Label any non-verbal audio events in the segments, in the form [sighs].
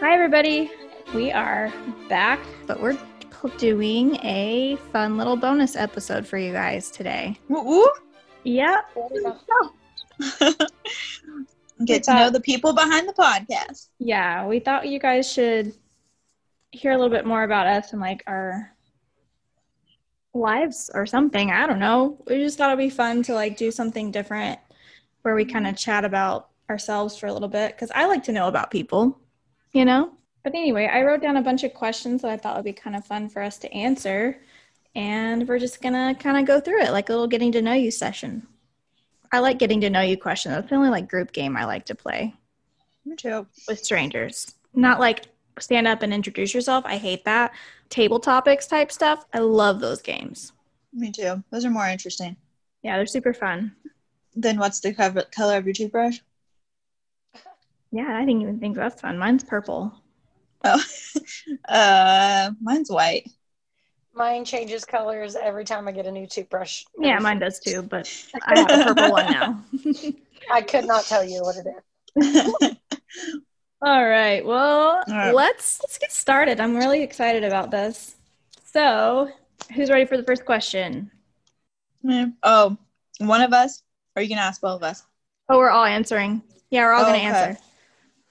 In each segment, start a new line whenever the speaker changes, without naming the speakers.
Hi, everybody. We are back, but we're p- doing a fun little bonus episode for you guys today.
Woo woo.
Yeah.
Get to know the people behind the podcast.
Yeah, we thought you guys should hear a little bit more about us and like our lives or something. I don't know. We just thought it'd be fun to like do something different where we kind of chat about ourselves for a little bit because I like to know about people, you know? But anyway, I wrote down a bunch of questions that I thought would be kind of fun for us to answer. And we're just gonna kind of go through it like a little getting to know you session. I like getting to know you question. That's the only like group game I like to play
Me too.
with strangers. Not like stand up and introduce yourself. I hate that. Table topics type stuff. I love those games.
Me too. Those are more interesting.
Yeah, they're super fun.
Then what's the cover- color of your toothbrush?
Yeah, I didn't even think that's fun. Mine's purple.
Oh, uh, mine's white. [laughs]
Mine changes colors every time I get a new toothbrush.
Yeah, mine does too, but [laughs] I have a purple one now.
I could not tell you what it is.
[laughs] All right. Well,
All right.
let's let's get started. I'm really excited about this. So, who's ready for the first question?
Yeah. Oh, one of us? Or you can ask both of us.
Oh, we're all answering. Yeah, we're all going
Okay.
to answer.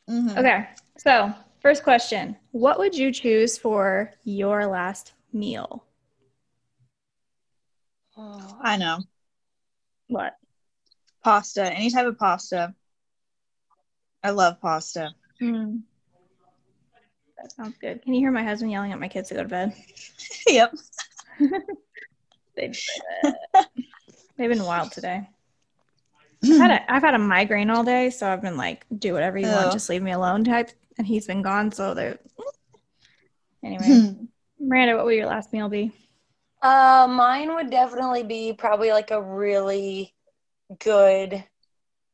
Mhm.
Okay. So, first question. What would you choose for your last meal?
Oh,
I know.
What?
Pasta. Any type of pasta. I love pasta.
Hmm. That sounds good. Can you hear my husband yelling at my kids to go to bed?
[laughs] yep. [clears throat]
They, they've been wild today. I've
Mm.
had, a, I've had a migraine all day, so I've been like, do whatever you
Oh.
want, just leave me alone type. And he's been gone, so they're. Anyway,
Hmm.
Miranda, what will your last meal be?
Uh, mine would definitely be probably like a really good,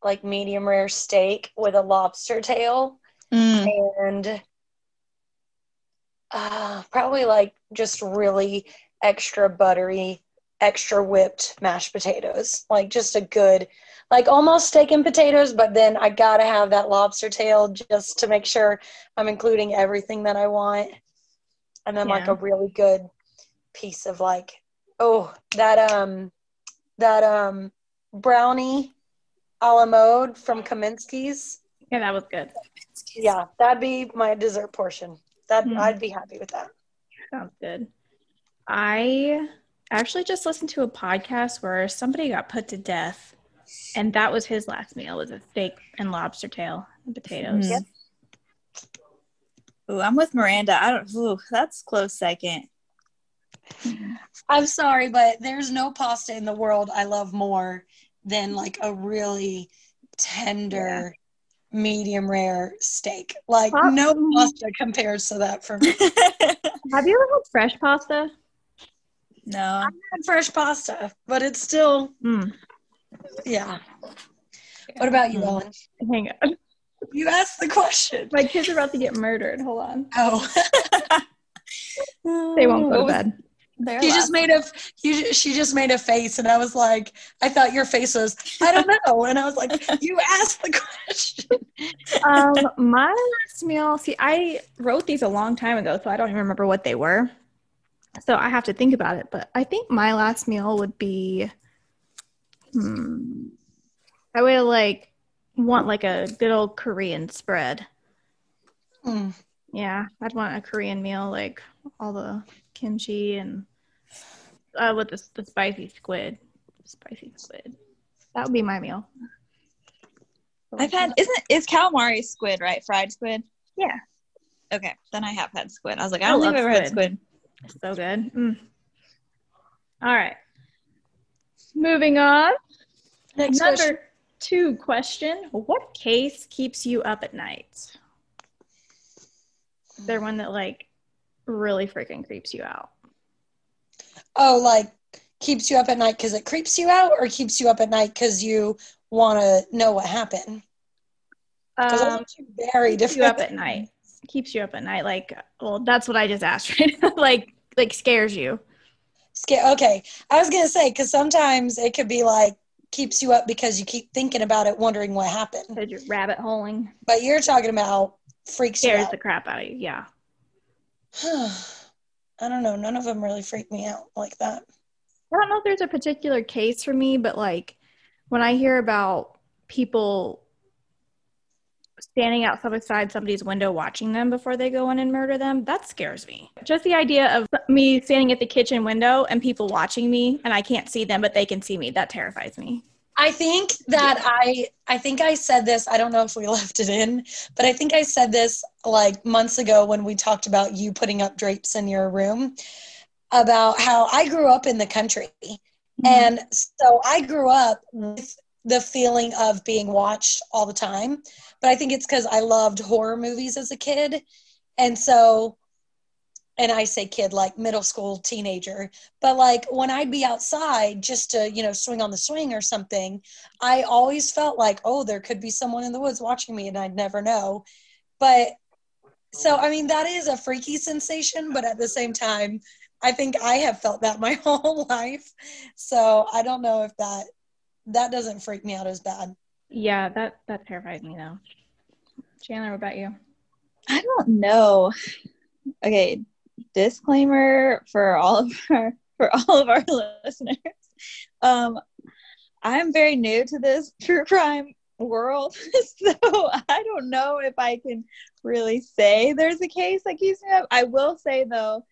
like medium rare steak with a lobster tail
Mm.
and uh, probably like just really extra buttery, extra whipped mashed potatoes. Like just a good, like almost steak and potatoes, but then I gotta have that lobster tail just to make sure I'm including everything that I want. And then like
Yeah.
a really good piece of like, oh, that um that um brownie a la mode from Kaminsky's.
Yeah, that was good.
Yeah, that'd be my dessert portion. That
Mm.
I'd be happy with that.
Sounds good. I actually just listened to a podcast where somebody got put to death, and that was his last meal was a steak and lobster tail and potatoes.
Mm. Ooh, I'm with Miranda. I don't. Ooh, that's close second. [laughs]
I'm sorry, but there's no pasta in the world I love more than like a really tender, medium rare steak. Like
Pop-
no pasta compares to that for me.
Have you ever had fresh pasta?
no.
had fresh pasta, but it's still
Mm.
yeah. Hmm. What about you,
Mm.
Ellen?
Hang on.
You asked the question.
My kids are about to get murdered. Hold on.
Oh,
They won't go to bed.
They're
you just made a you. ju- She just made a face, and I was like, I thought your face was I don't know, and I was like, you asked the question.
um, my last meal. See, I wrote these a long time ago, so I don't even remember what they were. So I have to think about it. But I think my last meal would be, hmm, I would like want like a good old Korean spread.
Mm.
Yeah, I'd want a Korean meal, like all the kimchi and uh, with the, the spicy squid, spicy squid. That would be my meal.
I've had. Isn't is calamari squid right? Fried squid.
Yeah.
Okay, then I have had squid. I was like, I
I
don't think
love
I've ever had squid.
So good. Mm. All right. Moving on.
Next
Number
question.
two question What case keeps you up at night? They're one that like really freaking creeps you out.
Oh, like keeps you up at night because it creeps you out, or keeps you up at night because you want to know what happened. Because
Um,
those are two very
keeps you
different.
up at night. Keeps you up at night. Like, well, that's what I just asked, right? [laughs] like, like scares you.
Sca- okay, I was gonna say because sometimes it could be like keeps you up because you keep thinking about it, wondering what happened.
Said you're rabbit holing.
But you're talking about freaks you
Scares
out.
the crap out of you. Yeah.
[sighs] I don't know. None of them really freak me out like that.
I don't know if there's a particular case for me, but like when I hear about people standing outside somebody's window watching them before they go in and murder them, that scares me. Just the idea of me standing at the kitchen window and people watching me and I can't see them, but they can see me, that terrifies me.
I think that I I think I said this, I don't know if we [laughs] left it in, but I think I said this like months ago when we talked about you putting up drapes in your room about how I grew up in the country. And so I grew up with the feeling of being watched all the time. But I think it's because I loved horror movies as a kid. And so, and I say kid like middle school, teenager. But like when I'd be outside just to, you know, swing on the swing or something, I always felt like, oh, there could be someone in the woods watching me and I'd never know. But so, I mean, that is a freaky sensation. But at the same time, I think I have felt that [laughs] my whole life. So I don't know if that that doesn't freak me out as bad.
Yeah, that that terrifies me though. Chandler, what about you?
I don't know. Okay, disclaimer for all of our for all of our [laughs] listeners. Um, I'm very new to this true crime world, [laughs] so I don't know if I can really say there's a case that keeps me up. I will say though,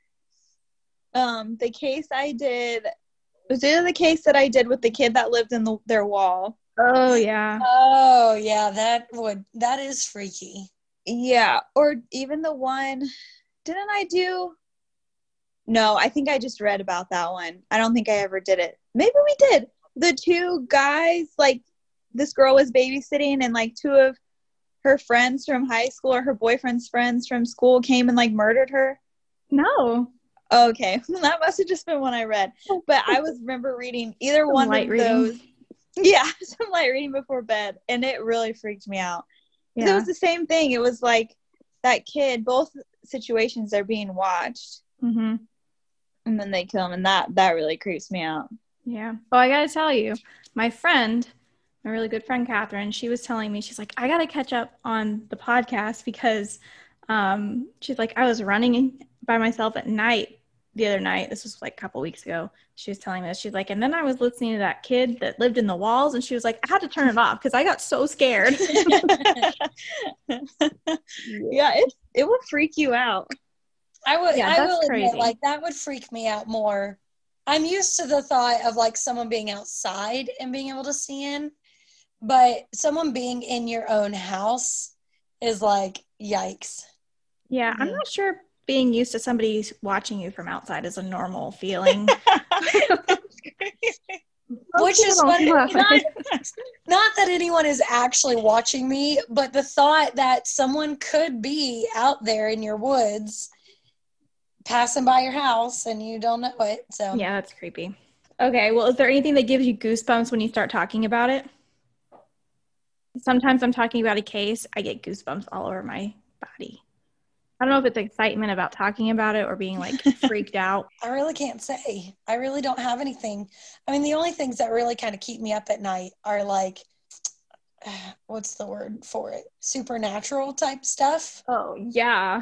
um, the case I did was either the case that I did with the kid that lived in the, their wall.
Oh yeah.
Oh yeah, that would that is freaky.
Yeah, or even the one didn't I do? No, I think I just read about that one. I don't think I ever did it. Maybe we did. The two guys like this girl was babysitting and like two of her friends from high school or her boyfriend's friends from school came and like murdered her.
No.
Okay, [laughs] that must have just been one I read. But I was remember reading either
Some
one
light
of
reading.
those. [laughs] Yeah, some light reading before bed, and it really freaked me out. 'Cause It
Yeah.
was the same thing. It was like that kid. Both situations are being watched,
mm-hmm.
and then they kill him, and that that really creeps me out. [laughs]
Yeah. Well, I got to tell you, my friend, my really good friend, Catherine, she was telling me, she's like, I got to catch up on the podcast because um, she's like, I was running by myself at night the other night. This was like a couple weeks ago. She was telling me this. She's like, and then I was listening to that kid that lived in the walls, and she was like, I had to turn it off because I got so
[laughs]
scared.
yeah, it it will freak you out. [laughs]
I would
Yeah,
I
that's
will
crazy.
admit like that would freak me out more. I'm used to the thought of like someone being outside and being able to see in, but someone being in your own house is like yikes.
yeah. I'm
Mhm.
not sure being used to somebody watching you from outside is a normal feeling.
Which is what- [laughs]
what.
Not that anyone is actually watching me, but the thought that someone could be out there in your woods passing by your house and you don't know it.
[laughs]
So
Yeah, that's creepy. Okay, well, is there anything that gives you goosebumps when you start talking about it? Sometimes I'm talking about a case, I get goosebumps all over my body. I don't know if it's excitement about talking about it or being like [laughs] freaked out.
I really can't say. I really don't have anything. I mean, the only things that really kind of keep me up at night are like, [sighs] what's the word for it? Supernatural type stuff.
Oh, yeah.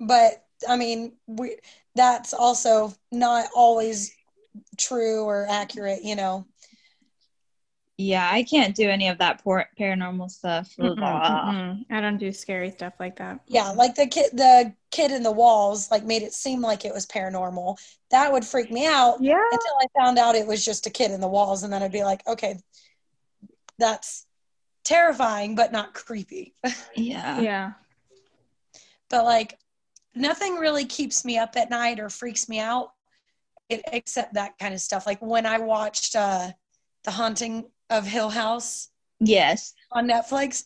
But I mean, we, that's also not always true or accurate, you know.
yeah, I can't do any of that por- paranormal stuff. Blah.
I don't do scary stuff like that.
Yeah, like the kid, the kid in the walls, like made it seem like it was paranormal. That would freak me out
Yeah.
until I found out it was just a kid in the walls, and then I'd be like, okay, that's terrifying, but not creepy.
Yeah.
Yeah.
But like, nothing really keeps me up at night or freaks me out, it, except that kind of stuff. Like when I watched uh, the Haunting of Hill House,
Yes.
on Netflix,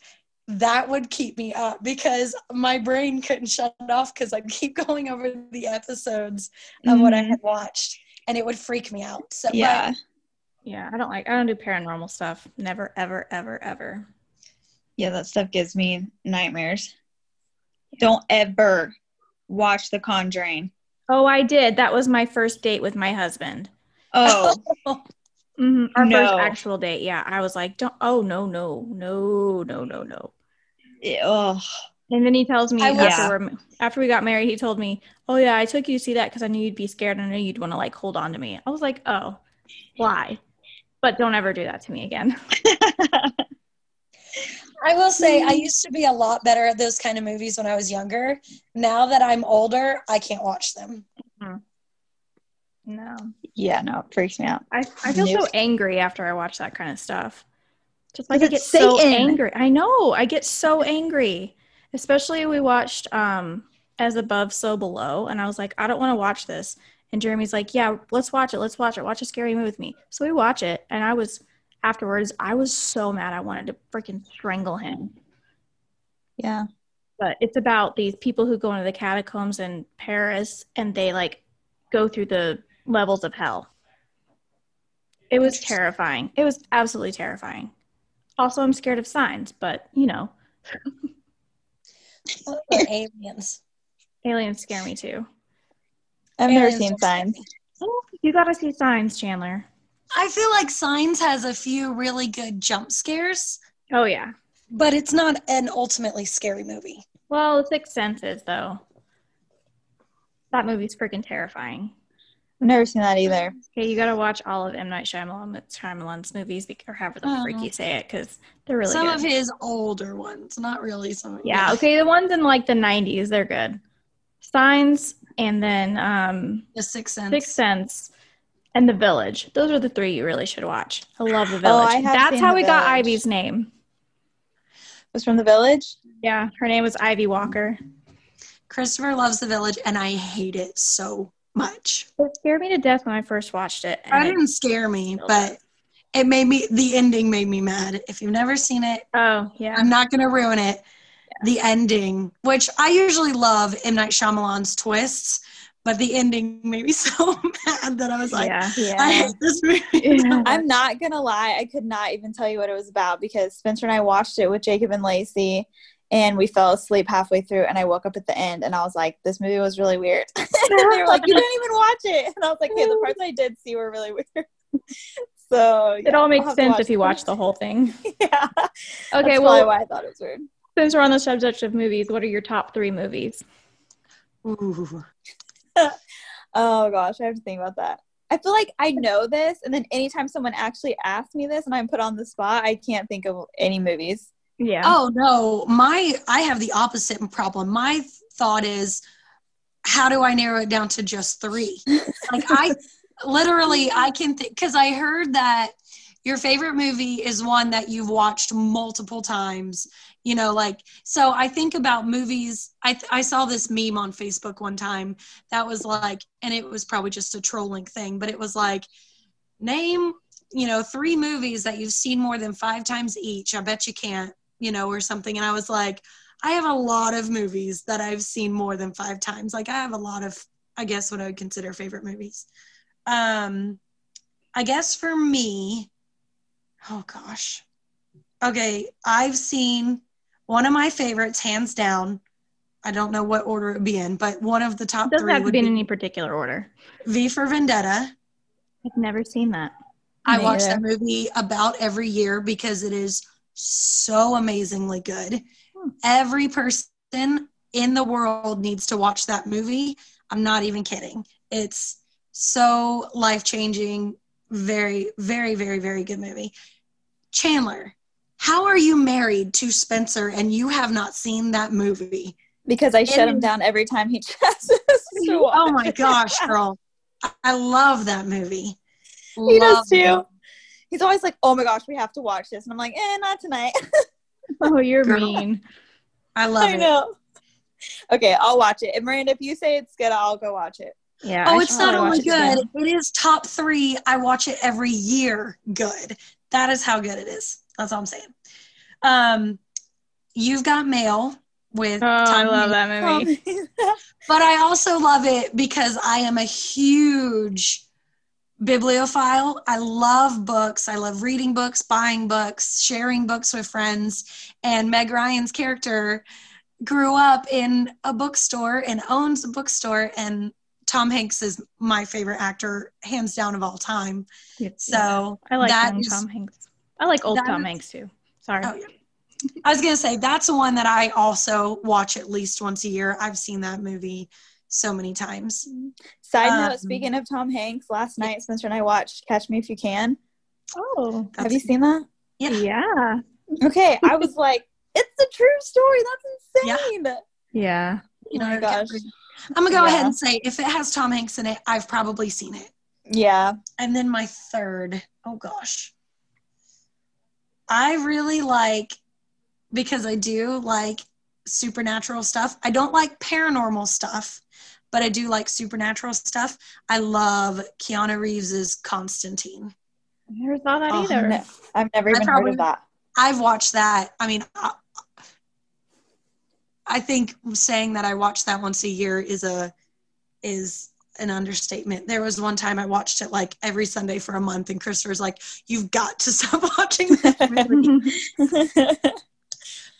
that would keep me up because my brain couldn't shut it off because I'd keep [laughs] going over the episodes of what I
Mhm.
had watched and it would freak me out. So, but
Yeah.
Yeah. I don't like, I don't do paranormal stuff. Never, ever, ever, ever.
Yeah, that stuff gives me nightmares. Don't ever watch The Conjuring.
Oh, I did. That was my first date with my husband.
[laughs] Oh,
hmm Our first
No.
actual date. Yeah. I was like, don't, oh, no, no, no, no, no, no.
it- oh
And then he tells me
I
will-
after, we're, after we got married, he told me, "Oh yeah, I took you to see that because I knew you'd be scared. and I knew you'd want to like hold on to me." I was like, "Oh, why?" But don't ever do that to me again.
I will say
Mm-hmm.
I used to be a lot better at those kind of movies when I was younger. Now that I'm older, I can't watch them.
No,
yeah, no, it freaks me out.
I I feel so
Nope.
angry after I watch that kind of stuff. Just like I
Because
get
it's
so
Satan.
angry. I know I get so angry. Especially we watched um as above so below, and I was like, I don't want to watch this. And Jeremy's like, Yeah, let's watch it. Let's watch it. Watch a scary movie with me. So we watch it, and I was afterwards I was so mad. I wanted to freaking strangle him.
Yeah.
But it's about these people who go into the catacombs in Paris, and they like go through the levels of hell. It was
Interesting.
terrifying. It was absolutely terrifying. Also, I'm scared of signs, but you know,
Uh,
[laughs]
they're aliens.
aliens scare me too. Oh,
I've never
Aliens
seen
are scary.
signs.
You gotta see signs, Chandler.
I feel like Signs has a few really good jump scares,
Oh yeah.
but it's not an ultimately scary movie.
Well, Sixth Senses though. That movie's freaking terrifying.
I've never seen that either.
Okay, you gotta watch all of M Night Shyamalan, Shyamalan's movies, bec- or however the freak
Oh.
you say it, because they're really
some
good.
of his older ones, not really some.
Yeah, okay, the ones in like the 90s, they're good. Signs and then um
The Sixth Sense.
Sixth Sense and The Village. Those are the three you really should watch. I love The
Oh,
Village.
I have
That's
seen
how
The
we got
Village.
Ivy's name.
It was from the village.
Yeah, her name was Ivy Walker.
Christopher loves The Village, and I hate it so much.
It scared me to death when I first watched it.
That
and it-
didn't scare me,
Still
but it made me. The ending made me mad. If you've never seen it,
oh, yeah.
I'm not going to ruin it. The ending, which I usually love M. Night Shyamalan's twists, but the ending made me [laughs] so mad that I was like,
[laughs]
yeah. [laughs]
I
Yeah.
[laughs] hate this movie.
Yeah. [laughs]
I'm not gonna lie, I could not even tell you what it was about because Spencer and I watched it with Jacob and Lacey and we fell asleep halfway through and I woke up at the end and I was like, This movie was really weird. [laughs] and they were like, You didn't even watch it and I was like, Yeah, the parts I did see were really weird. [laughs] so [laughs] yeah,
[laughs] It all
I'll
makes
have to
sense
watch
if you watch the whole thing.
yeah.
Okay,
[laughs] That's probably
well,
why I thought it was weird.
since we're on the subject of movies, what are your top three movies?
Ooh.
Oh gosh, I have to think about that. I feel like I know this, and then anytime someone actually asks me this and I'm put on the spot, I can't think of any movies.
Yeah.
Oh no, my I have the opposite problem. My thought is, how do I narrow it down to just three? like I literally I can think because I heard that your favorite movie is one that you've watched multiple times. You know, like so I think about movies. I th- I saw this meme on Facebook one time that was like, and it was probably just a trolling thing, but it was like, name you know three movies that you've seen more than five times each. I bet you can't you know, or something. And I was like, I have a lot of movies that I've seen more than five times. Like I have a lot of, I guess, what I would consider favorite movies. Um, I guess for me, oh gosh, okay, I've seen one of my favorites, hands down. I don't know what order it would be in, but one of the top
It doesn't
three
have to
would
be
be
in any particular order.
V for Vendetta.
I've never seen that.
I
Me
watch
either.
that movie about every year because it is so amazingly good.
Hmm.
Every person in the world needs to watch that movie. I'm not even kidding. It's so life changing. Very, very, very, very good movie. Chandler, how are you married to Spencer and you have not seen that movie?
Because I shut him
And-
down every time he [laughs] tries to watch.
Oh my gosh, girl. I- [laughs] I love that movie.
He does
Love it.
too. He's always like, "Oh my gosh, we have to watch this," and I'm like, "Eh, not tonight." [laughs]
Oh, you're
Girl.
mean.
I love
I
it.
know. Okay, I'll watch it. And Miranda, if you say it's good, I'll go watch it.
Yeah.
Oh,
I
it's
should
not
probably
only
watch it
good,
soon.
it is top three. I watch it every year. Good. That is how good it is. That's all I'm saying. Um, you've got mail with
Oh, I
Tom
love
Hanks.
that movie.
But I also love it because I am a huge bibliophile. I love books. I love reading books, buying books, sharing books with friends. And Meg Ryan's character grew up in a bookstore and owns a bookstore. And Tom Hanks is my favorite actor, hands down, of all time.
It's-
So
I like
that
young
is-
Tom Hanks. I like old
that
Tom
is-
Hanks too. Sorry.
Oh, yeah. I was gonna say that's the one that I also watch at least once a year. I've seen that movie so many times.
[laughs] Side
Um,
note: Speaking of Tom Hanks, last night Spencer and I watched Catch Me If You Can.
Oh,
Have
That's-
you seen that?
yeah.
Okay, I was like, it's a true story. That's insane.
Yeah.
Oh
know,
my gosh.
I'm gonna go ahead
Yeah.
and say if it has Tom Hanks in it, I've probably seen it.
Yeah,
And then my third, oh gosh. I really like because I do like supernatural stuff. I don't like paranormal stuff, but I do like supernatural stuff. I love Keanu Reeves's Constantine.
I never saw that
Oh,
either. [laughs]
no. I've never
I
even heard
probably-
of
[laughs]
that.
I've watched that. I mean, I, I think saying that I watch that once a year is a is an understatement. There was one time I watched it like every Sunday for a month, and Christopher's like, "You've got to [laughs] stop watching that." movie."
[laughs]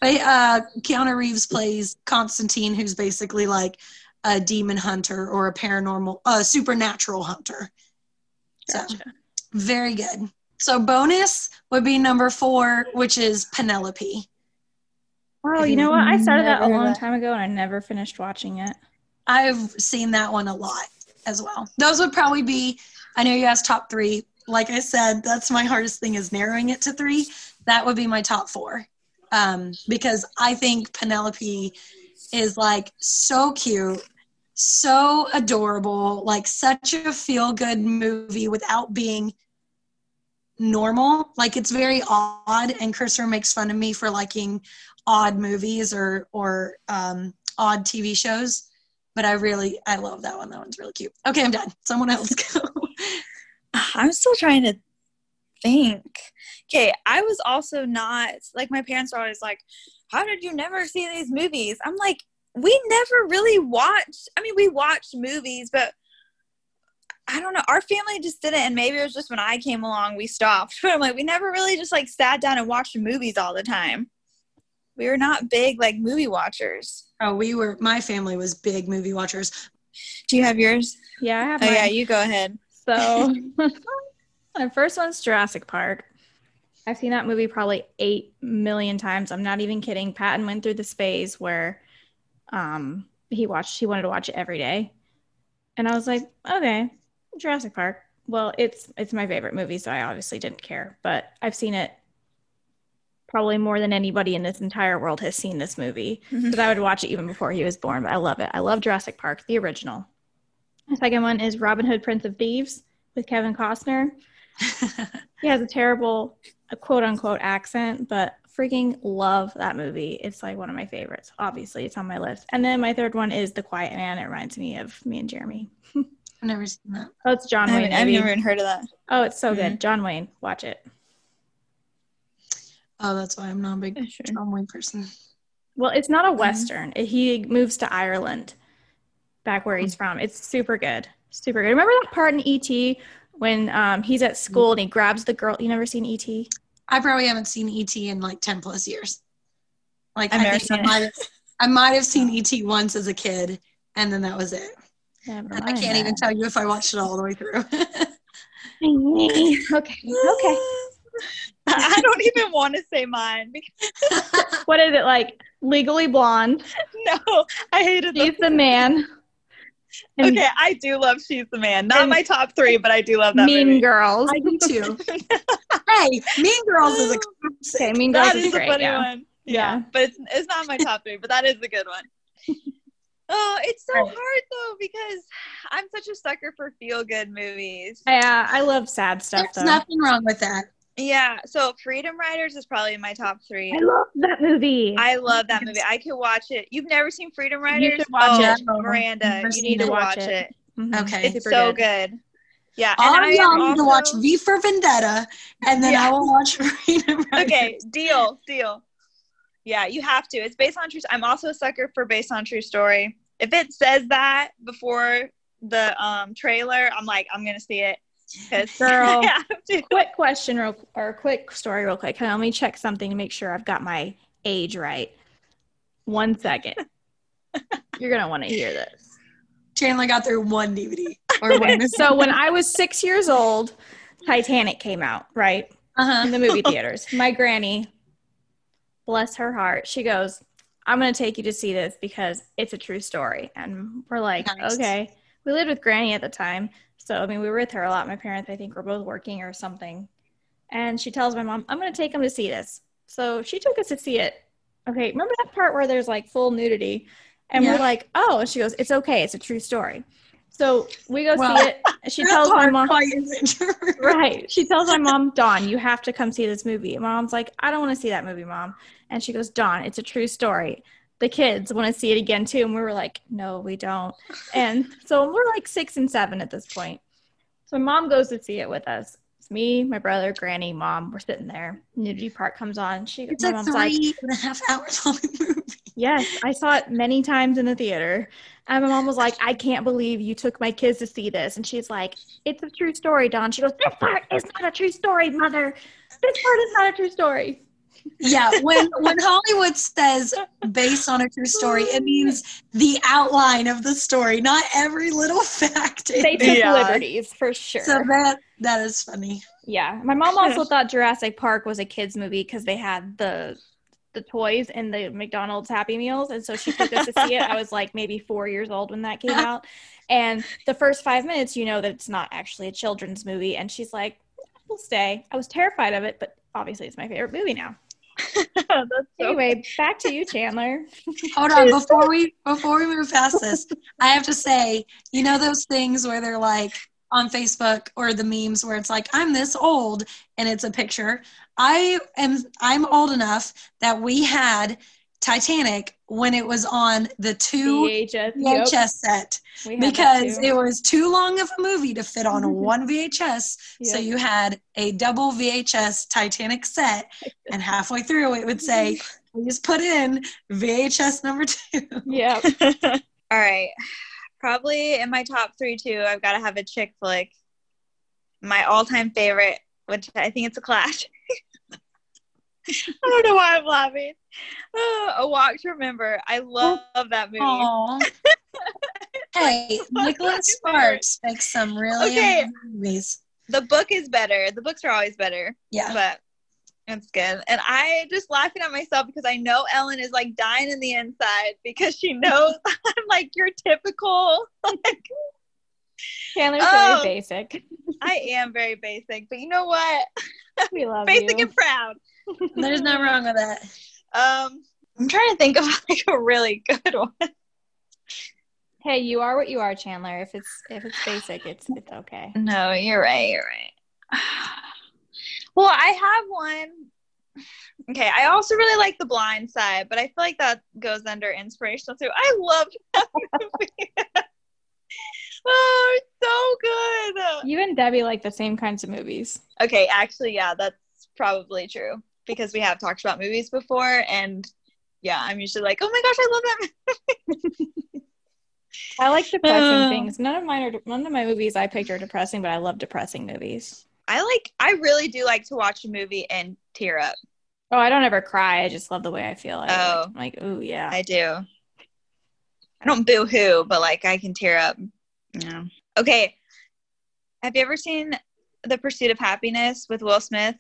But uh, Keanu Reeves plays Constantine, who's basically like a demon hunter or a paranormal, uh, supernatural hunter. So
Gotcha.
very good. So bonus would be number four, which is Penelope.
Oh, you know what? I started that a
Never
long
that-
time ago and I never finished watching it.
I've seen that one a lot as well. Those would probably be, I know you asked top three. Like I said, that's my hardest thing is narrowing it to three. That would be my top four. Um, because I think Penelope is like so cute, so adorable, like such a feel good movie without being normal. Like it's very odd, and Christopher makes fun of me for liking odd movies or or um, odd TV shows but I really I love that one. That one's really cute. Okay, I'm done. Someone else go. [laughs]
I'm still trying to think. Okay, I was also not like my parents were always like, "How did you never see these movies?" I'm like, we never really watched. I mean, we watched movies, but I don't know. Our family just didn't, and maybe it was just when I came along we stopped. [laughs] But I'm like, we never really just like sat down and watched movies all the time. We were not big like movie watchers.
oh, we were my family was big movie watchers. [laughs]
Do you have yours?
Yeah, I have
Oh
mine.
yeah, you go ahead.
So, [laughs] my first one's Jurassic Park. I've seen that movie probably eight million times. I'm not even kidding. Patton went through this phase where um, he watched, he wanted to watch it every day. And I was like, okay, Jurassic Park. Well, it's it's my favorite movie, so I obviously didn't care, but I've seen it probably more than anybody in this entire world has seen this movie because I would watch it even before he was born. But I love it. I love Jurassic Park, the original. The second one is Robin Hood, Prince of Thieves with Kevin Costner. He has a terrible uh, quote unquote accent, but freaking love that movie. It's like one of my favorites. Obviously, it's on my list. And then my third one is The Quiet Man. It reminds me of me and Jeremy.
I've never seen that.
Oh, it's John
I
Wayne.
haven't- I've
movie.
never Mm-hmm. even heard
[laughs]
of that.
Oh, it's so good. John Wayne. Watch it.
Oh, that's why I'm not a big
Sure.
John Wayne person.
Well, it's not
Mm-hmm.
a Western. He moves to Ireland, back where
Mm.
he's from. It's super good. Super good. Remember that part in E.T. when um, he's at
Mm.
school and he grabs the girl? You never seen E E.T.?
I probably haven't seen ET in like ten plus years. Like
I've
I
never
think
seen
I
it.
might I might have seen ET once as a kid, and then that was it.
Never
And I can't even tell you if I watched it all the way through. [laughs]
even. okay. Okay.
[laughs] I don't even want to say mine because
What is it like? Legally blonde.
[laughs] no, I hated
He's
the.
the man. And
Okay, I do love She's the Man. Not
And-
my top three, but I do love that
Mean
movie.
Girls.
I do too. hey, Mean Girls is a classic.
Okay, Mean Girls
That
is,
is a
great.
funny
yeah.
one. Yeah,
Yeah.
but it's, it's not my top three, but that is a good one. Oh, it's so
Right.
hard though because I'm such a sucker for feel good movies.
Yeah, I love sad stuff
There's
though.
nothing wrong with that.
Yeah, so Freedom Riders is probably in my top three.
I love that movie.
I love that movie. I could watch it. You've never seen Freedom Riders?
should watch
oh,
it. Never
Miranda, you
seen
need
it.
to watch it.
Mhm.
Okay.
It's so good. Yeah, and
All
I am
y'all need to watch
also-
V for Vendetta, and then I
Yeah.
will watch [laughs] Freedom Riders.
okay, deal, deal. Yeah, you have to. It's based on true. I'm also a sucker for based on true story. If it says that before the um, trailer, I'm like, I'm gonna see it. Cause [laughs]
Girl.
I have to.
Quick question, real or quick story, real quick. Can I let me check something to make sure I've got my age right? One second. You're gonna want to hear this.
Chandler got through one DVD or one.
So when I was six years old, Titanic came out right in
uh-huh.
the movie theaters. My granny bless her heart, she goes, I'm going to take you to see this because it's a true story. And we're like,
Nice.
okay. We lived with Granny at the time. So, I mean, we were with her a lot. My parents, I think, were both working or something. And she tells my mom, I'm going to take him to see this. So she took us to see it. Okay. Remember that part where there's like full nudity? And
Yeah.
we're like, oh. And she goes, it's okay. It's a true story. So we go
Well,
see it. and She tells my mom,
right.
[laughs] right. She tells my mom, Dawn, you have to come see this movie. And my mom's like, I don't want to see that movie, mom. And she goes, Dawn, it's a true story. The kids want to see it again too. And we were like, no, we don't. And so we're like six and seven at this point. So my mom goes to see it with us. It's me, my brother, granny, mom. We're sitting there. Nudity part comes on. She,
It's
my
a
mom's
three
like,
and a half hour long movie.
Yes, I saw it many times in the theater. And my mom was like, I can't believe you took my kids to see this. And she's like, It's a true story, Don. She goes, This part is not a true story, mother. This part is not a true story.
Yeah, when when Hollywood says based on a true story, it means the outline of the story, not every little [laughs] fact. in
They
there.
took
Yeah.
liberties for sure.
So that that is funny.
yeah. My mom also thought Jurassic Park was a kids' movie because they had the the toys and the McDonald's Happy Meals. And so she took us to see it. I was like maybe four years old when that came out. And the first five minutes, you know that it's not actually a children's movie. And she's like, we'll stay. I was terrified of it, but obviously it's my favorite movie now.
[laughs] That's so
Anyway, back to you, Chandler.
Hold on, before we before we move
[laughs]
past this, I have to say, you know those things where they're like on Facebook or the memes where it's like I'm this old and it's a picture. I am I'm old enough that we had Titanic when it was on the two
VHS. Yep,
VHS set.
we had that
because
too.
it was too long of a movie to
[laughs]
fit on one VHS. So
Yep.
you had a double VHS Titanic set, and halfway through it would
[laughs]
say, please put in VHS number two.
[laughs] Yep.
All right. Probably in my top three too, I've gotta have a chick flick. My all time favorite, which I think it's a classic. [laughs] I don't know why I'm laughing. Oh, a Walk to Remember. I love that movie.
Aw. [laughs] hey,
[laughs]
Nicholas Sparks makes some really
Okay.
amazing movies.
The book is better. The books are always better,
Yeah.
but it's good. And I just laughing at myself because I know Ellen is like dying in the inside because she knows [laughs] I'm like your typical
Chandler's
Oh.
very basic. [laughs]
I am very basic, but you know what?
We love
Basic
you.
and proud.
There's no wrong with that.
Um, I'm trying to think of [laughs] like a really good one.
hey, you are what you are, Chandler. If it's if it's basic, it's it's okay.
No, you're right. You're right. [sighs] Well, I have one. Okay, I also really like The Blind Side, but I feel like that goes under inspirational too. I loved that [laughs] movie. oh, it's so good.
You and Debbie like the same kinds of movies.
Okay, actually, yeah, that's probably true because we have talked about movies before, and yeah, I'm usually like, oh my gosh, I love that. movie."
I like depressing
Uh.
things. None of mine are none of my movies I picked are depressing, but I love depressing movies.
I like, I really do like to watch a movie and tear up.
Oh, I don't ever cry. I just love the way I feel. I
Oh.
am like, ooh, yeah.
I do. I don't boo hoo, but like I can tear up. Yeah. Okay. Have you ever seen The Pursuit of Happiness with Will Smith?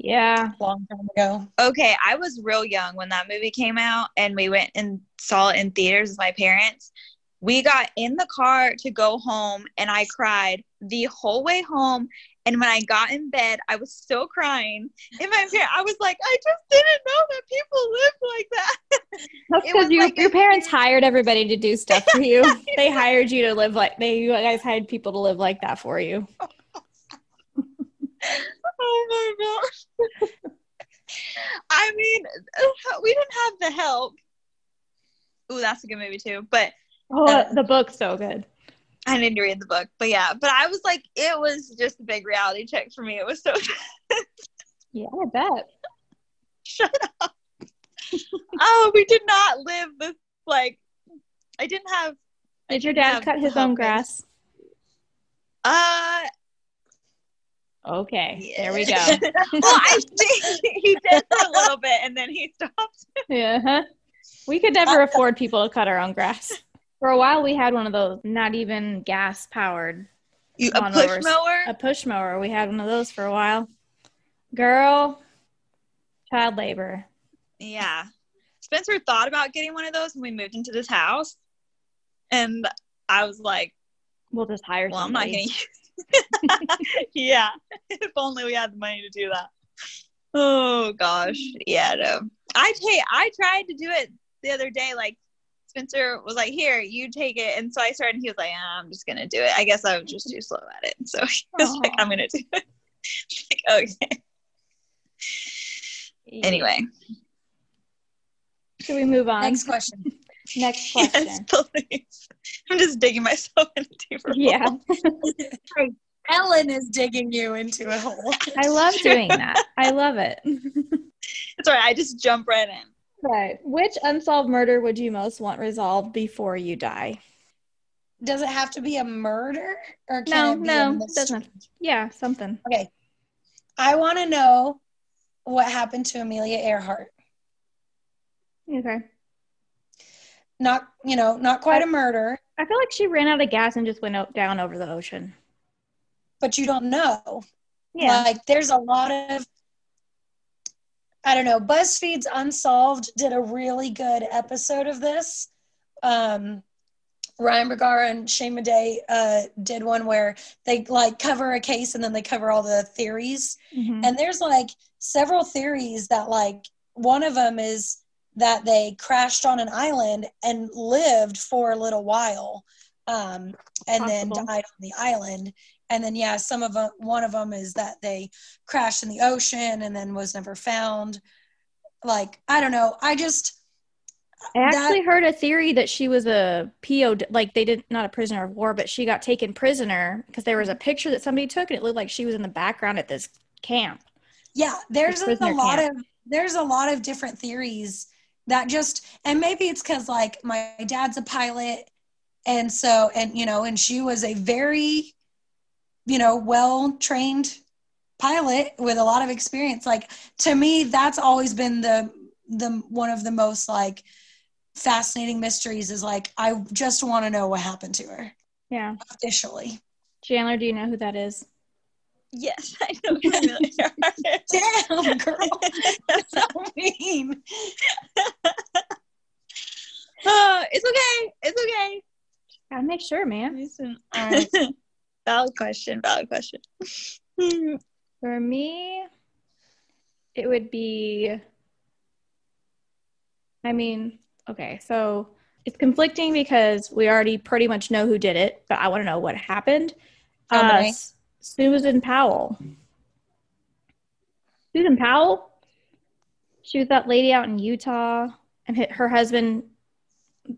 yeah.
Long time ago.
Okay, I was real young when that movie came out, and we went and saw it in theaters with my parents. We got in the car to go home, and I cried the whole way home. And when I got in bed, I was still crying. And my parents, I was like, I just didn't know that people lived like that.
That's
It
because
was
you,
like a
your parents
huge-
hired everybody to do stuff for
[laughs]
you. they hired you to live like they you guys hired people to live like that for you.
Oh my gosh. I mean, uh, we didn't have the help. Ooh, that's a good movie too. But
Oh,
Uh,
the book's so good.
I need to read the book. But yeah, but I was like, it was just a big reality check for me. It was so. [laughs]
Yeah, I bet.
oh, we did not live this like. I didn't have.
Did your dad
Yeah,
cut his
the
own
whole
grass?
Uh,
Okay, there
[laughs]
we
yeah.
go.
well, I think he did for a little bit, and then
[laughs]
he stopped.
yeah, huh? we could
Uh,
never afford people to cut our own
[laughs]
grass. For a while, we had one of those not even gas powered
You,
Lawn
a push
mowers.
mower.
a push mower. We had one of those for a while. Girl, child labor.
Yeah. Spencer thought about getting one of those when we moved into this house. And I was like,
We'll just hire
well, I'm not
somebody.
going to use [laughs] Yeah. If only we had the money to do that. Oh, gosh. Yeah, no. I, hey, I tried to do it the other day. Like, Spencer was like, here, you take it. And so I started, and he was like, "Ah, I'm just going to do it. I guess I was just too slow at it. So [laughs] he was like,
Aw.
I'm going to do it. like, okay. Anyway, [laughs]
Should we move on?
Next question.
Next question.
[laughs] yes, please. I'm just digging myself in a deeper hole.
Yeah.
Ellen is digging you into a hole.
I love doing that. I love
[laughs]
it.
It's all right. I just jump right in.
Right. Which unsolved murder would you most want resolved before you die?
Does it have to be a murder or
No,
can it be
no,
a mystery?
doesn't. Yeah, something.
Okay. I want to know what happened to Amelia Earhart.
Okay.
Not, you know, not quite a murder,
I feel like she ran out of gas and just went o- down over the ocean.
but you don't know.
Yeah.
Like there's a lot of I don't know, BuzzFeed's Unsolved did a really good episode of this. Um Ryan Bergara and Shane Madej uh, did one where they like cover a case and then they cover all the theories.
Mhm.
And there's like several theories that like one of them is that they crashed on an island and lived for a little while, um, and then
Possible.
died on the island. And then yeah, some of them, one of them is that they crashed in the ocean and then was never found. Like I don't know. I just
I actually heard a theory that she was a PO, like they did not a prisoner of war, but she got taken prisoner because there was a picture that somebody took and it looked like she was in the background at this camp.
yeah there's a,
prisoner
lot of there's a lot of different theories that just and maybe it's because like my dad's a pilot and so and you know and she was a very you know well trained pilot with a lot of experience like to me that's always been the the one of the most like fascinating mysteries is like i just want to know what happened to her
Yeah.
officially [laughs]
Chandler, do you know who that is?
Yes, [laughs] I know. who Amelia Earhart is.
damn girl [laughs] that's so mean
oh, [laughs] it's okay. It's okay.
Gotta make sure, man.
Listen, um, [laughs]
all right
valid question. Valid question. Hmm,
For me, it would be, I mean, okay, so it's conflicting because we already pretty much know who did it, but I want to know what happened.
How
Uh,
many?
S- Susan Powell. Susan Powell? She was that lady out in Utah, and hi- her husband.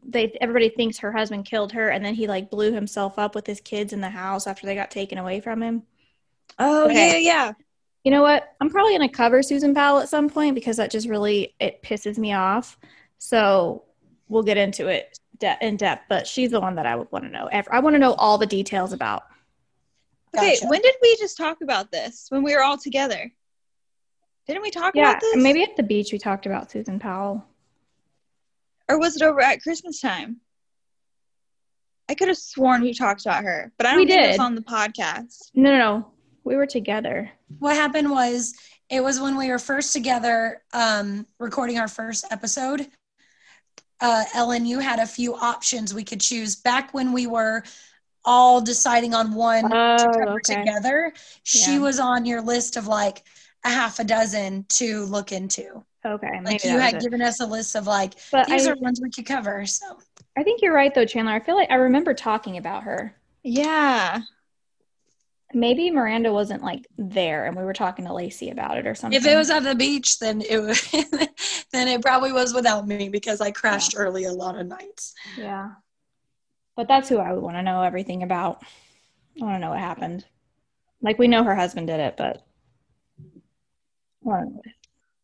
They everybody thinks her husband killed her, and then he like blew himself up with his kids in the house after they got taken away from him.
Oh
Okay.
yeah, yeah.
You know what? I'm probably going to cover Susan Powell at some point because that just really it pisses me off. So we'll get into it de- in depth, but she's the one that I would want to know. Ev- I want to know all the details about.
Okay,
Gotcha.
when did we just talk about this? When we were all together? Didn't we talk
Yeah,
about this?
maybe at the beach we talked about Susan Powell.
Or was it over at Christmas time? I could have sworn we talked about her, but I don't
We
think it was
did.
on the podcast.
No, no, no. We were together.
what happened was it was when we were first together um, recording our first episode uh, ellen you had a few options we could choose back when we were all deciding on one to cover
Oh, okay.
together she
Yeah.
was on your list of like a half a dozen to look into
Okay, maybe
like
that
you
was
had
it.
given us a list of like
But
these
I,
are ones we could cover so
I think you're right though, Chandler. I feel like I remember talking about her.
Yeah.
Maybe Miranda wasn't like there, and we were talking to Lacey about it or something.
if it was at the beach then it wa- [laughs] then it probably was without me because i crashed early a lot of nights
Yeah. But that's who I would want to know everything about. I want to know what happened. Like we know her husband did it, but I wanna know.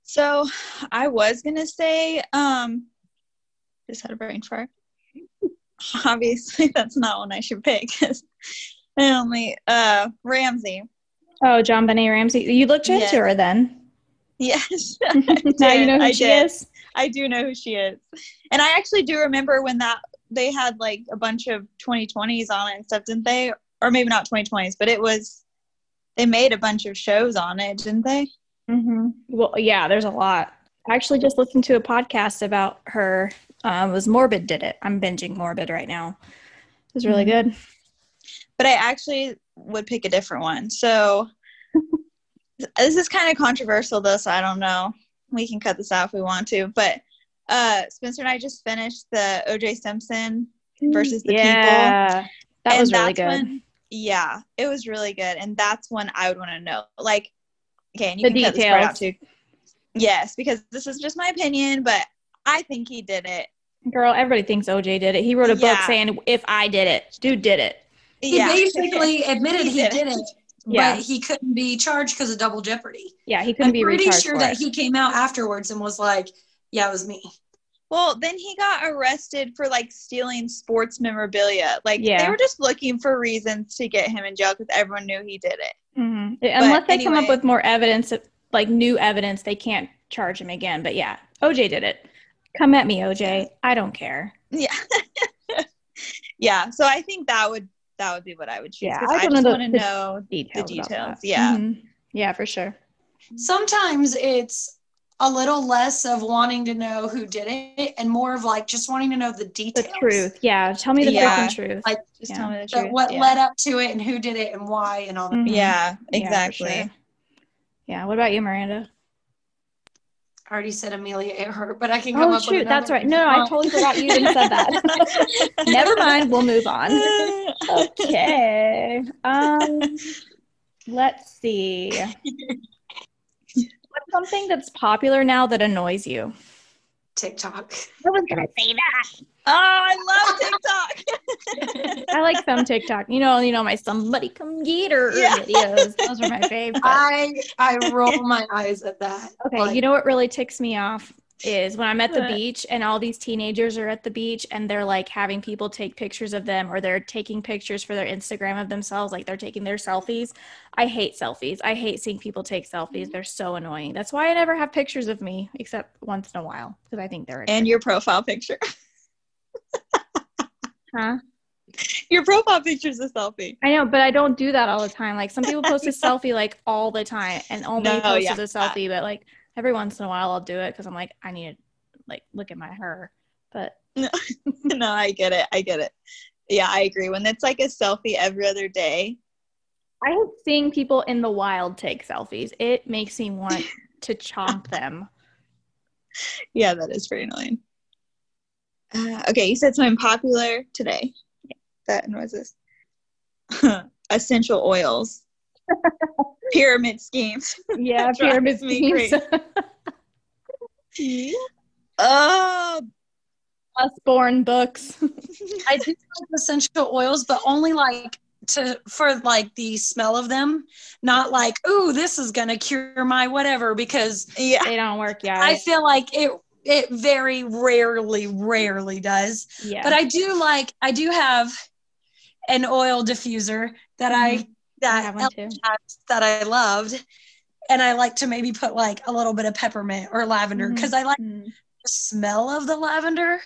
So I was gonna say, um just had a brain fart. Obviously [laughs] that's not one I should pick [laughs] 'cause I only uh Ramsey. [laughs]
oh, John Benet Ramsey. You looked into
Yes.
her
[laughs]
then. [laughs]
Yes.
now you
did,
know who
I
she
did.
is.
I do know who she is. And I actually do remember when that they had like a bunch of 2020s on it and stuff, didn't they? Or maybe not 2020s, but it was they made a bunch of shows on it, didn't they?
Mm-hmm. Well, yeah, there's a lot. I actually just listened to a podcast about her. Um, it was Morbid did it. I'm binging Morbid right now. It was really
Mm-hmm.
good.
but I actually would pick a different one.
[laughs]
So this is kind of controversial, though, so I don't know. We can cut this out if we want to. But uh, Spencer and I just finished the OJ Simpson versus the people.
yeah, that
And
was really
that's
good.
when- yeah, it was really good, and that's when I would want to know, like, okay, and you
The
can cut this part out too. Yes, because this is just my opinion, but I think he did it.
Girl, everybody thinks OJ did it. He wrote a book
Yeah.
saying, "If I did it, dude did it."
He
yeah,
basically admitted
He
he,
did it.
did it,
Yeah.
but he couldn't be charged because of double jeopardy.
Yeah, he couldn't
I'm
be
pretty
recharged
sure
for
that
it.
he came out afterwards and was like, "Yeah, it was me."
Well, then he got arrested for like stealing sports memorabilia. Like they
Yeah.
were just looking for reasons to get him in jail because everyone knew he did it. [laughs]
Mhm. Unless they come up
anyway-
with more evidence, like new evidence, they can't charge him again. But yeah, OJ did it. Come at me, OJ. I don't care.
Yeah, yeah. So I think that would that would be what I would choose.
Yeah,
'cause
I
I,
don't
just
know
want to
the-
know the
Details about
details.
that.
Yeah,
Mhm. Yeah, for sure.
Sometimes it's a little less of wanting to know who did it and more of like just wanting to know the
The
details.
truth. Yeah. Tell me the
Yeah.
freaking truth.
Like,
just
Yeah.
tell me the
But
truth.
what
yeah.
led up to it and who did it and why and all that.
Mhm.
yeah,
Yeah, for
exactly.
sure. Yeah. What about you, Miranda?
I already said Amelia Earhart, but I can come
Oh
up with
shoot, that's right.
another if
No,
you
I
want.
totally forgot you even said that.
[laughs]
Never mind. We'll move on.
[laughs]
Okay. Um, let's see. What's something that's popular now that annoys you?
TikTok.
I was gonna say that.
oh, I love TikTok. [laughs]
I like some TikTok. You know, you know my somebody come get her
Yeah.
videos. Those
[laughs]
are my favorite.
I I roll my eyes at that.
Okay,
Like,
you know what really ticks me off is when I'm at the
What?
beach and all these teenagers are at the beach and they're like having people take pictures of them or they're taking pictures for their Instagram of themselves, like they're taking their selfies. I hate selfies. I hate seeing people take
Mm-hmm.
selfies. They're so annoying. That's why I never have pictures of me except once in a while because I think they're
And your profile picture.
Huh?
Your profile picture is a selfie.
I know, but I don't do that all the time. Like some
[laughs]
people post a selfie like all the time and only
No,
post
yeah.
a selfie, but like every once in a while I'll do it because I'm like, I need to like look at my hair. But
[laughs] no, I get it. I get it. Yeah, I agree. When it's like a selfie every other day.
I hate seeing people in the wild take selfies. It makes me want to chomp them.
Yeah, that is pretty annoying. Uh, okay, you said something popular today. That annoys us. [laughs] Essential oils. Pyramid schemes.
[laughs] Yeah,
That drives me
schemes.
Oh,
Us born books.
I do like essential oils, but only like to for like the smell of them, not like, ooh, this is gonna cure my whatever, because
yeah.
They don't work, yeah.
I feel like it it very rarely, rarely does.
yeah.
but I do like I do have an oil diffuser that I
Mm-hmm. I
that
have one too.
that I loved, and I like to maybe put like a little bit of peppermint or lavender because
Mm-hmm.
I like the smell of the lavender.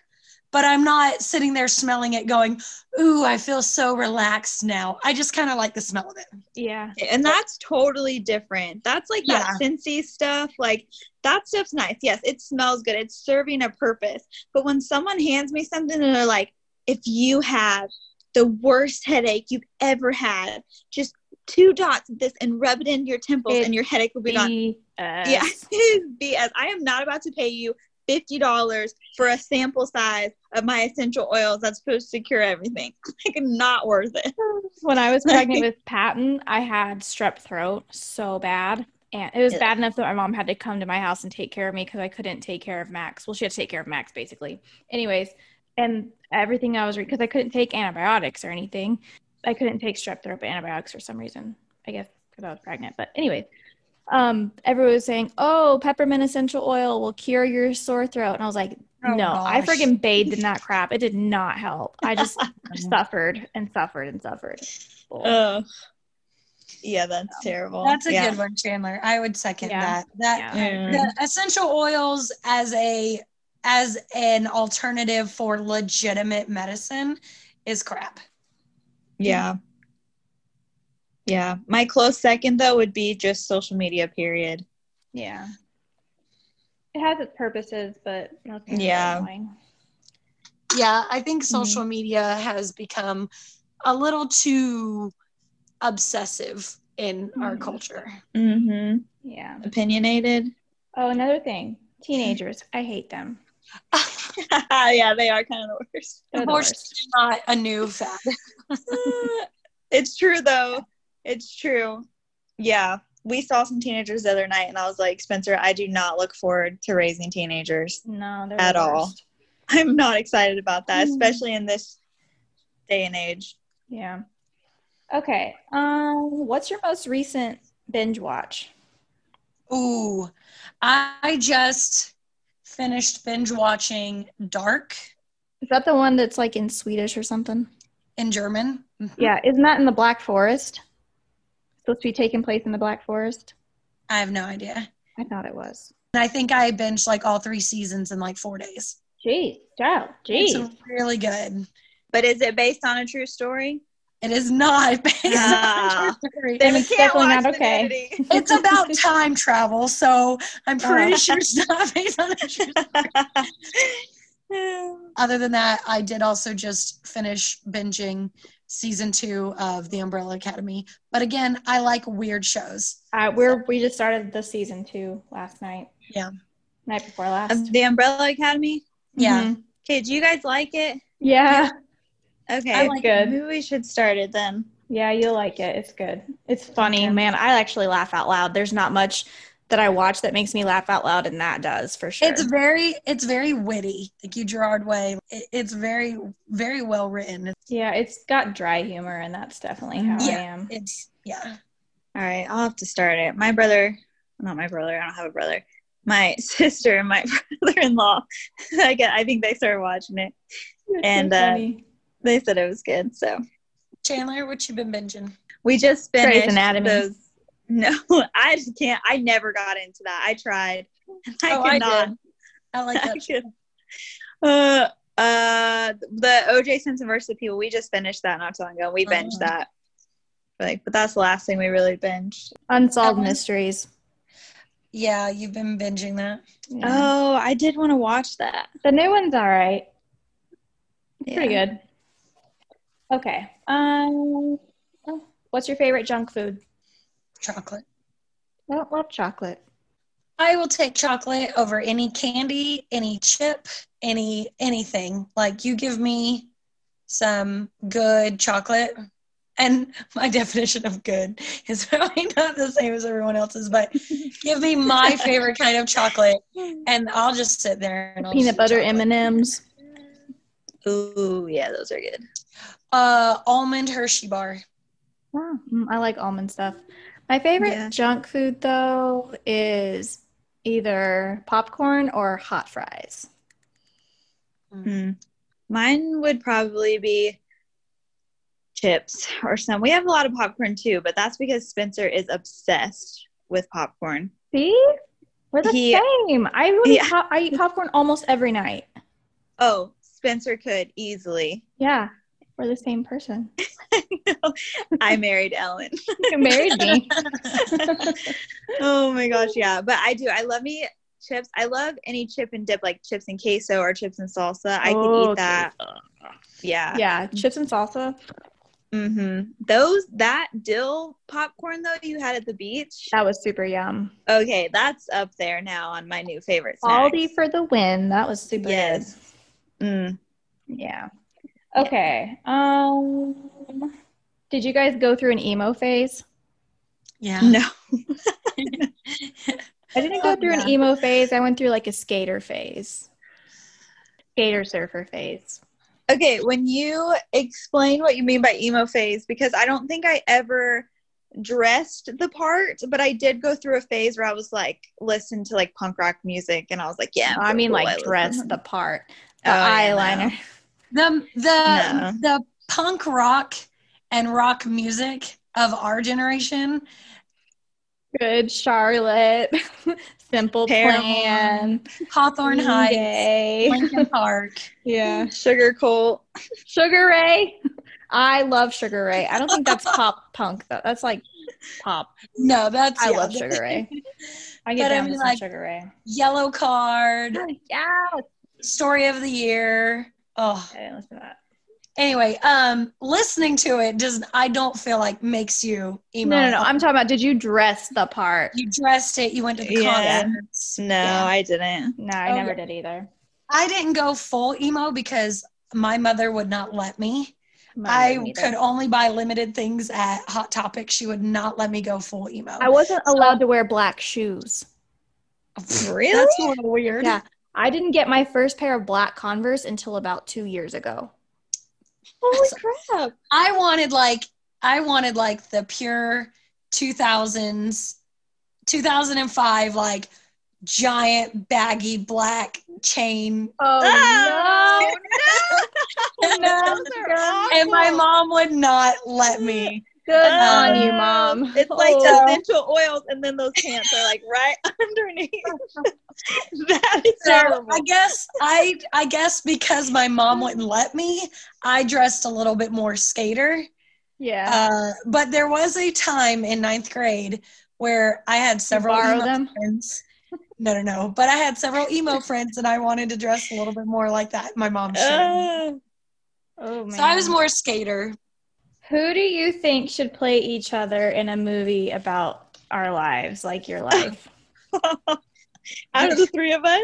But I'm not sitting there smelling it, going, "Ooh, I feel so relaxed now." I just kind of like the smell of it.
Yeah.
And that's totally different. That's like that Scentsy stuff. Like that stuff's nice. Yes, it smells good. It's serving a purpose. But when someone hands me something and they're like, if you have the worst headache you've ever had, just two dots of this and rub it in your temples
It's
and your headache will be gone. Yeah, [laughs]
BS.
it is BS. I am not about to pay you $50 for a sample size of my essential oils that's supposed to cure everything. [laughs] Like, not worth it.
when I was
[laughs]
pregnant with Patton, I had strep throat so bad. And it was
Ugh.
bad enough that my mom had to come to my house and take care of me because I couldn't take care of Max. Well, she had to take care of Max basically. Anyways, and everything I was because I couldn't take antibiotics or anything. I couldn't take strep throat antibiotics for some reason. I guess because I was pregnant. But anyways, um, everyone was saying, "Oh, peppermint essential oil will cure your sore throat," and I was like,
Oh,
"No, I
gosh. [laughs]
freaking bathed in that crap. It did not help. I just suffered and suffered and suffered."
Oh. Yeah, that's terrible.
That's a
yeah.
good one, Chandler. I would second
Yeah.
that. That
Yeah.
Mm.
the essential oils as a as an alternative for legitimate medicine is crap.
Yeah. Yeah. My close second though would be just social media period.
Yeah. It has its purposes, but nothing is
Yeah.
satisfying.
Yeah, I think social media has become a little too obsessive in our
Mhm.
culture.
Mm-hmm.
Yeah.
Opinionated. [laughs]
Oh, another thing. Teenagers. I hate them.
yeah, they are kind of the
[laughs]
worst. [laughs]
They're the
[laughs] Unfortunately,
worst.
not a new fad.
it's true though. It's true. Yeah. We saw some teenagers the other night and I was like, Spencer, I do not look forward to raising teenagers. [laughs]
No, they're
At
the
all.
worst.
I'm not excited about that,
Mm.
especially in this day and age.
Yeah. Okay. Um, what's your most recent binge watch?
Ooh, I just finished binge watching Dark
Is that the one that's like in Swedish or something?
in German. Mhm.
Yeah, isn't that in the Black Forest? Supposed to be taking place in the Black Forest?
I have no idea.
I thought it was.
And I think I binged like all three seasons in like four days.
Jeez, Joe,
It's
jeez.
really good.
But is it based on a true story?
It is not [laughs] based on
Ah.
true
[laughs]
story.
Then it's definitely not okay.
Vanity.
It's about time travel, so I'm pretty sure it's not based on a true story.
[laughs]
Other than that, I did also just finish binging season two of The Umbrella Academy. But again, I like weird shows.
Uh, we're we just started the season two last night.
Yeah.
night before last.
Of the Umbrella Academy.
Yeah.
Mhm.
Okay, do you guys like it?
yeah,
Okay,
I like it.
Maybe we should start it then.
yeah. You'll like it. It's good. It's funny,
Okay.
man. I actually laugh out loud. There's not much that I watch that makes me laugh out loud, and that does for sure.
It's very, it's very witty. Thank you, Gerard Way. It, it's very, very well written.
yeah, it's got dry humor, and that's definitely how
Yeah.
I am.
It's yeah.
All right, I'll have to start it. My brother, not my brother, I don't have a brother. My [laughs] sister and my brother-in-law, [laughs] I get, I think they started watching it.
It's so
And, uh,
funny.
They said it was good, so
Chandler, what you been binging?
we just
Grey's
finished
Anatomy.
those. [laughs] No, I just can't. I never got into that. I tried. [laughs] I
Oh,
could
I
not.
did. I like
I [laughs]
that.
could. Uh, uh, the OJ Simpson versus the People. We just finished that not too long ago. We binged
Uh-huh.
that. Like, but that's the last thing we really binged.
Unsolved
that one-
Mysteries.
yeah, you've been binging that.
Yeah.
Oh, I did want to watch that.
the new one's all right.
Oh. Yeah.
Pretty good. Okay. Um, what's your favorite junk food?
Chocolate.
I don't love chocolate.
I will take chocolate over any candy, any chip, any anything. Like you give me some good chocolate. And [laughs] my definition of good is [laughs] probably not the same as everyone
[laughs]
else's, but give me my favorite kind of chocolate and I'll just sit there and I'll just
Peanut
eat
butter
chocolate.
M and M's.
Ooh, yeah, those are good.
uh almond Hershey bar.
mm, I like almond stuff. My favorite
Yeah.
junk food though is either popcorn or hot fries.
Hmm. Mine would probably be chips or some. We have a lot of popcorn too, but that's because Spencer is obsessed with popcorn.
See, we're the
Yeah.
same. I really
Yeah.
pop- I eat popcorn almost every night.
Oh, Spencer could easily.
Yeah, we're the same person.
I married Ellen.
[laughs] You married [laughs] me.
oh my gosh, yeah. But I do. I love me chips. I love any chip and dip, like chips and queso or chips and salsa. I could
Oh,
eat that. Yeah.
yeah, chips and salsa.
Mm-hmm. Those that dill popcorn though you had at the beach.
That was super yum.
Okay, that's up there now on my new favorite snack.
Aldi for the win. That was super. good.
Yes. Mm.
Yeah. Okay. Um did you guys go through an emo phase?
Yeah.
No.
I didn't go
Oh,
through an
yeah.
emo phase. I went through like a skater phase. Skater surfer phase.
Okay, when you explain what you mean by emo phase, because I don't think I ever dressed the part, but I did go through a phase where I was like, listen to like punk rock music, and I was like, yeah. I'm
I
so
oh,
mean
cool,
like
listen
dress
to- [laughs]
the part. The
Oh, yeah, no.
eyeliner.
The the
No.
the punk rock and rock music of our generation.
Good Charlotte. [laughs] Simple
Paramore.
plan.
Hawthorne Heights,
Yay.
Lincoln Park.
Yeah.
Sugar Colt.
Sugar Ray. I love Sugar Ray. I don't
[laughs]
think that's pop punk though. That's like pop.
No, that's
I
yeah,
love
[laughs] that-
Sugar Ray. I get
But I
down
mean,
with some
like-
Sugar
[laughs]
Ray.
Yellow card,
Yeah.
story of the year. Oh,
I didn't listen to that.
anyway, um, listening to it does I don't feel like makes you emo.
No, no, no. I'm talking about did you dress the part?
you dressed it. You went to the
Yeah.
concerts.
No, I didn't.
No, I
Oh,
never did either.
I didn't go full emo because my mother would not let me.
Mine didn't
I
either.
could only buy limited things at Hot Topic. She would not let me go full emo.
I wasn't allowed to wear black shoes.
Really?
That's a little weird.
Yeah. I didn't get my first pair of black Converse until about two years ago.
Holy crap.
I wanted like I wanted like the pure 2000s 2005 like giant baggy black chain
Oh,
Ah! Oh,
[laughs] no.
[laughs]
Those are awful.
and my mom would not let me.
Good
Oh.
on you, mom.
It's like
Oh.
the essential oils, and then those pants are like right [laughs] underneath. that is
So
terrible.
I guess I I guess because my mom wouldn't let me, I dressed a little bit more skater.
yeah.
Uh, but there was a time in ninth grade where I had several
borrow
emo
them?
friends. No, no, no. But I had several emo friends, and I wanted to dress a little bit more like that. My mom should.
Uh,
oh man.
so I was more skater.
Who do you think should play each other in a movie about our lives, like
[laughs]
your life?
out of the three of us,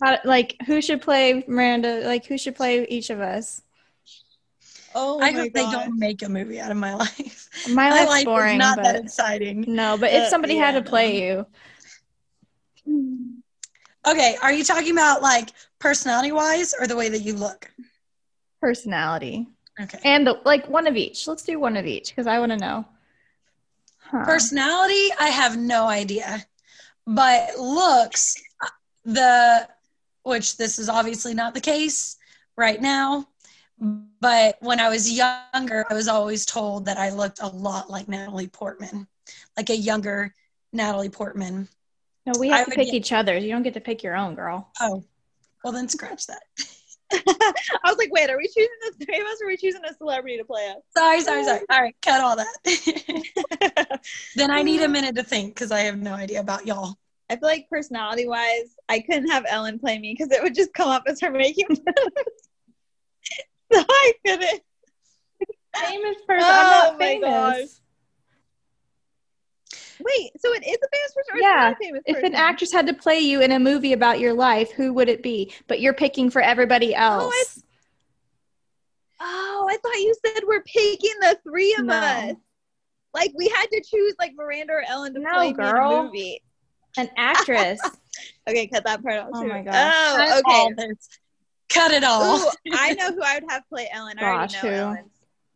How, like who should play Miranda? Like who should play each of us?
oh my
I hope they
god,
don't make a movie out of my [laughs] life.
My
my
life's
life
boring,
is not that
but
exciting.
no. But
Uh,
if somebody
yeah,
had to play you,
Okay, are you talking about like personality wise or the way that you look?
personality
Okay.
and the, like one of each. Let's do one of each because I want to know. Huh.
Personality, I have no idea. But looks, the which this is obviously not the case right now. But when I was younger, I was always told that I looked a lot like Natalie Portman, like a younger Natalie Portman.
no, we
I
have to
would
pick
get-
each other's. You don't get to pick your own, girl.
Oh, well then scratch that.
I was like, wait, are we choosing the three of us, or are we choosing a celebrity to play us?
Sorry, sorry, sorry. All right, cut all that. [laughs]
[laughs]
then I need a minute to think because I have no idea about y'all.
I feel like personality wise, I couldn't have Ellen play me because it would just come up as her making. fun of me. [laughs] so I couldn't.
Famous person.
[laughs]
I'm
Oh,
not
my
famous.
gosh. Wait, so it is a famous person or
Yeah,
it's not a famous
If
person?
an actress had to play you in a movie about your life, who would it be? But you're picking for everybody else.
it's- Oh, I thought you said we're picking the three of
No.
us. Like we had to choose like Miranda or Ellen to
No,
play me in a
girl.
movie.
An [laughs] actress.
Okay, cut that part out.
Oh
too.
my gosh.
Oh,
Cut all
okay.
this. Cut it all.
Ooh, I know who I would have play Ellen.
Gosh,
I
who?
already know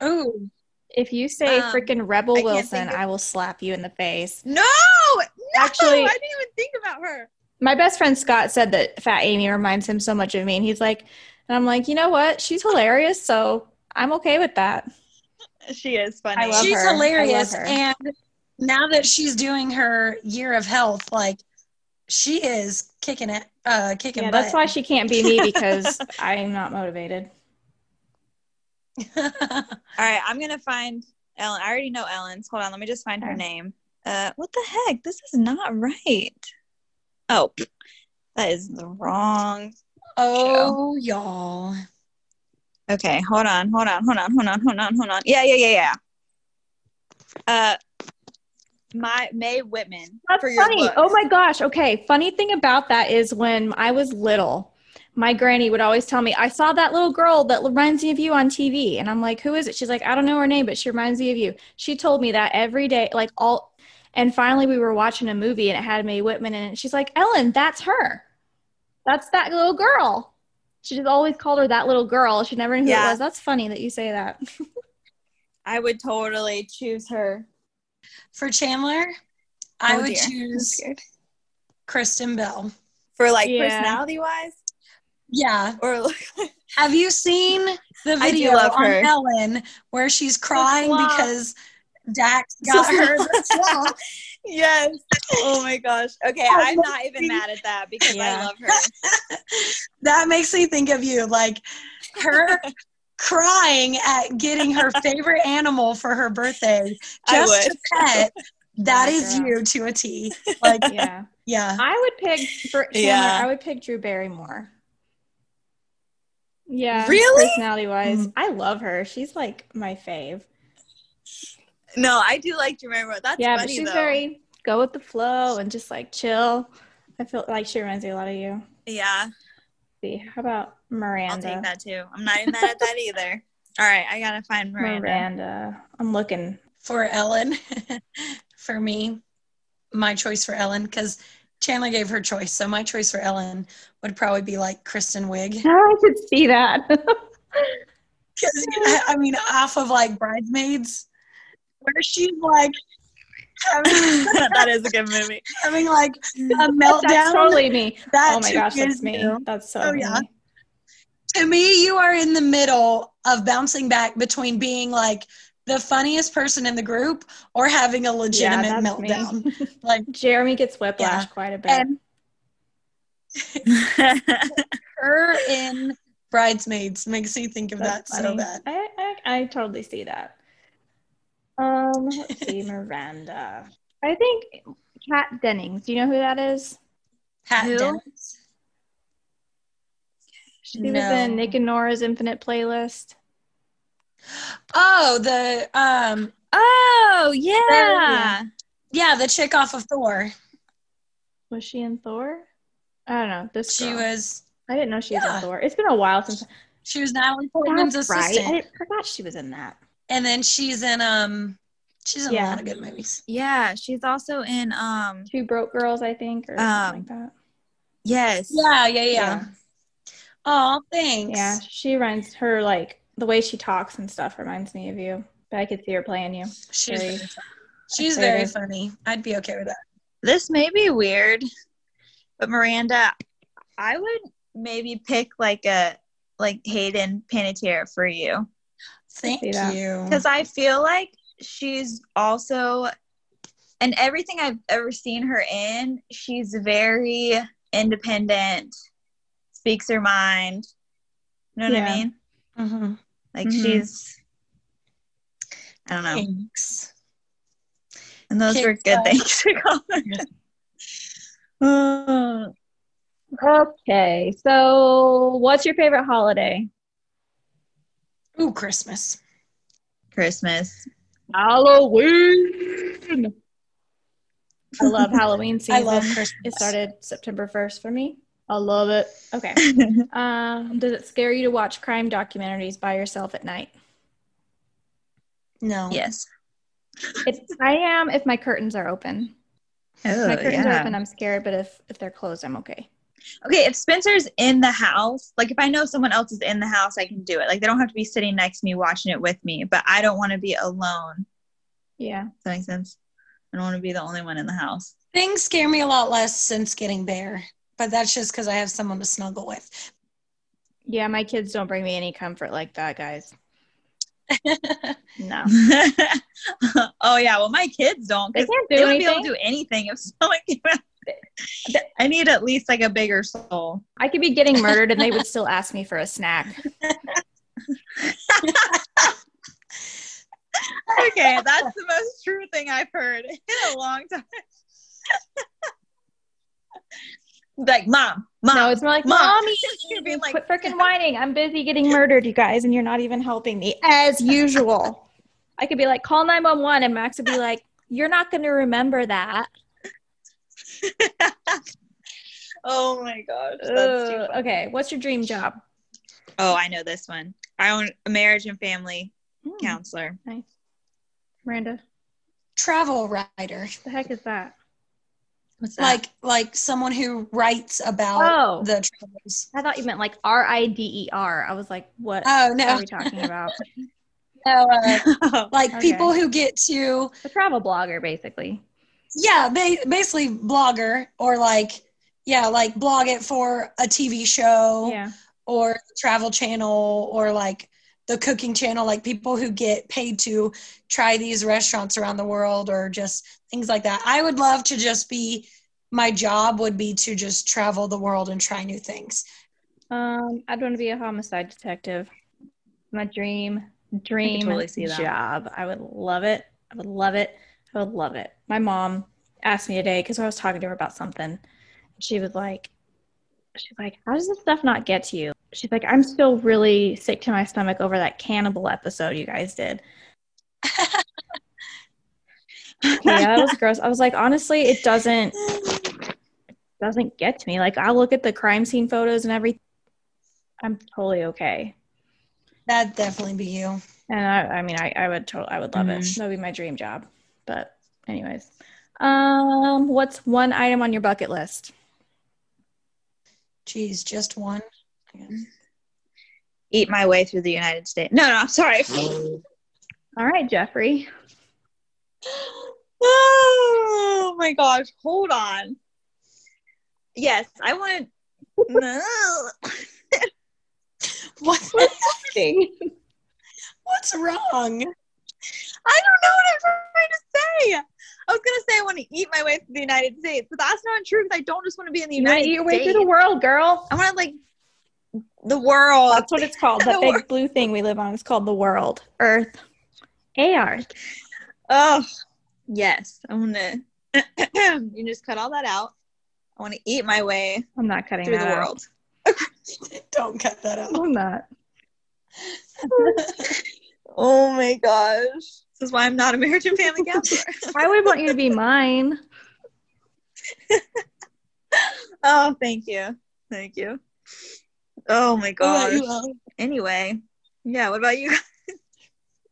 Ellen.
Ooh.
if you say
Um,
freaking Rebel
I can't
Wilson,
think of-
I will slap you in the face.
No, no,
Actually-
I didn't even think about her.
My best friend Scott said that Fat Amy reminds him so much of me. And he's like, and I'm like, you know what? She's hilarious. So I'm okay with that.
She is funny.
I love
she's
her. I love
hilarious
her.
and now that she's doing her year of health like she is kicking it uh kicking
Yeah,
butt.
that's why she can't be me
[laughs]
because I'm not motivated.
[laughs]
All right, I'm gonna find Ellen. I already know Ellen's. Hold on, let me just find her
Okay.
name. Uh, what the heck? This is not right. Oh, [clears throat] that is the wrong.
oh y'all
Okay, hold on, hold on, hold on, hold on, hold on, hold on. Yeah, yeah, yeah, yeah. Uh, my May Whitman
That's
for your
funny.
looks.
Oh my gosh. Okay. Funny thing about that is when I was little, my granny would always tell me, I saw that little girl that reminds me of you on TV. And I'm like, who is it? She's like, I don't know her name, but she reminds me of you. She told me that every day, like all. And finally, we were watching a movie and it had Mae Whitman in it. She's like, Ellen, that's her. That's that little girl. She just always called her that little girl. She never knew who
Yeah.
it was. That's funny that you say that.
[laughs] I would totally choose her.
for chandler i
Oh,
would
dear.
choose kristen bell
For like
Yeah.
personality wise,
yeah
or look.
have you seen the
I do
video
love
on
her.
ellen where she's crying
slop.
because dax got her the slop?
[laughs] yes. Oh my gosh. Okay, I'm not even mad at that because I
[laughs]
Yeah.
love her.
that makes me think of you like
[laughs]
her crying at getting her favorite animal for her birthday
[laughs]
I
just to pet That
Oh,
is
girl.
you to
[laughs]
a T. Like,
yeah.
yeah.
I would pick for Chandler,
Yeah.
I would pick Drew Barrymore. Yeah.
Really?
Personality wise. I love her. She's like my fave.
No, I do like Jermaine Rowe. That's
yeah,
funny
but she's
though.
very go with the flow and just like chill. I feel like she reminds me a lot of you.
yeah.
see. How about
I'll
Miranda?
take that too. I'm not even mad at that either. All right, I gotta find Miranda.
Miranda. I'm looking.
For Ellen, [laughs] for me, my choice for Ellen, because Chandler gave her choice. So my choice for Ellen would probably be like Kristen
[laughs]
Wiig.
I could see that.
Because I mean, off of like Bridesmaids, where she's like
[laughs]
having,
that is a
[laughs]
good movie.
having like a
[laughs]
meltdown.
That's totally me.
That
Oh my
took
gosh,
years
that's me.
to do.
That's so
Oh,
me.
yeah. To me, you are in the middle of bouncing back between being like the funniest person in the group or having a legitimate
Yeah, that's me.
meltdown. [laughs] like
Jeremy gets whiplash quite a bit.
And- her in Bridesmaids makes me think of
That's
that so
funny.
bad.
I, I I totally see that. Um, let's see, Miranda. I think Kat Dennings. Do you know who that is?
Pat
Who?
Dennings.
She was in Nick and Nora's Infinite Playlist.
Oh, the um
oh yeah.
yeah, the chick off of Thor.
Was she in Thor? I don't know. This
She
girl.
was
I didn't know she was
Yeah.
in Thor. It's been a while since.
she was Natalie Portman's
That's right.
assistant.
I didn't- forgot she was in that.
And then she's in um she's in
Yeah.
a lot of good movies.
Yeah, she's also in um
Two Broke Girls, I think, or
Um,
something like that.
yes.
Yeah, yeah, yeah.
Yeah.
Oh, thanks.
Yeah, she reminds her like the way she talks and stuff reminds me of you. But I could see her playing you.
She's
Very
[laughs] she's
excited.
very funny. I'd be okay with that.
This may be weird, but Miranda, I would maybe pick like a like Hayden Panettiere for you
Thank
see that.
you.
because I feel like she's also, and everything I've ever seen her in, she's very independent, speaks her mind. You know what
Yeah.
I mean?
Mhm.
Like
Mhm.
she's, I don't know.
Thanks.
And those
Kick
were good
butt.
things to
[laughs]
[laughs] Uh, call.
Okay, so what's your favorite holiday?
Ooh, Christmas.
[laughs]
Christmas.
Halloween. I love Halloween
I
season.
love Christmas.
it started September 1st for me. I love it. Okay. Um, does it scare you to watch crime documentaries by yourself at night?
No.
yes.
It, I am if my curtains are open. If my
Oh,
curtains are
yeah.
open, I'm scared, but if, if they're closed, I'm okay.
Okay, if Spencer's in the house, like if I know someone else is in the house, I can do it. Like they don't have to be sitting next to me watching it with me, but I don't want to be alone.
Yeah.
Does that make sense? I don't want to be the only one in the house. [laughs]
Things scare me a lot less since getting bare, but that's just because I have someone to snuggle with.
Yeah, my kids don't bring me any comfort like that, [laughs] guys. No.
oh yeah, well my kids don't.
They
'cause
can't do
They wouldn't be able
anything.
to do anything if [laughs] someone came out. I need at least like a bigger soul.
I could be getting murdered and they would still ask me for a snack.
Okay, that's the most true thing I've heard in a long time. [laughs] like mom, mom.
No, it's more like,
Mom.
Mommy,
[laughs] You're being like-
quit
[laughs]
freaking whining. I'm busy getting murdered, you guys, and you're not even helping me as usual. I could be like, call 911, and Max would be like, you're not going to remember that.
oh my gosh, [laughs] that's too
Ugh,
funny.
okay, what's your dream job?
Oh, I know this one. I own a marriage and family
Hmm,
counselor.
Miranda,
Travel writer.
the heck is that?
What's that?
Like like someone who writes
Uh,
about
Oh.
the travels.
I thought you meant like R I D E R. I was like, what
Oh no.
are we talking
[laughs]
about?
no uh,
[laughs]
like
Okay.
people who get to
A travel blogger, basically.
yeah ba- basically blogger or like yeah like blog it for a tv
Oh.
show
Yeah.
or travel channel or like the cooking channel like people who get paid to try these restaurants around the world or just things like that i would love to just be my job would be to just travel the world and try new things
Um, I'd want to be a homicide detective. My dream, dream
totally see that.
job. I would love it. I would love it. I would love it. My mom asked me today because I was talking to her about something. She was like, she's like, how does this stuff not get to you? She's like, I'm still really sick to my stomach over that cannibal episode you guys
[laughs]
did. yeah, that was gross. I was like, honestly, it doesn't doesn't get to me. Like I look at the crime scene photos and everything. I'm totally okay.
That'd definitely be you.
And I, I mean, I, I would totally, I would love it. That'd be my dream job. But anyways, um, what's one item on your bucket list?
Jeez, just one. [laughs] Yeah.
Eat my way through the United States. No, no, I'm sorry. [laughs]
All right, Jeffrey.
oh my gosh, hold on. Yes,
[laughs]
I want [laughs] no.
What,
Ding.
what's wrong?
I don't know what I'm trying to say. I was gonna say I want to eat my way through the United States, but that's not true because I don't just want to be in the
You know,
United
eat your way
States.
through the world, girl.
I want to like the world.
That's
[laughs]
what it's called. That
The
big
world.
blue thing we live on is called the world, Earth, AR.
Oh, yes. I want to. [clears throat] you can just cut all that out. I want to eat my way
I'm not cutting
through the
that out.
world.
Don't cut that
[laughs]
out.
I'm not.
Oh my gosh. This is why I'm not a marriage
[laughs]
and family counselor.
I would want you to be mine.
oh, thank you. Thank you. Oh my
What
gosh.
about you, Ellie?
Anyway, yeah, what about you? [laughs]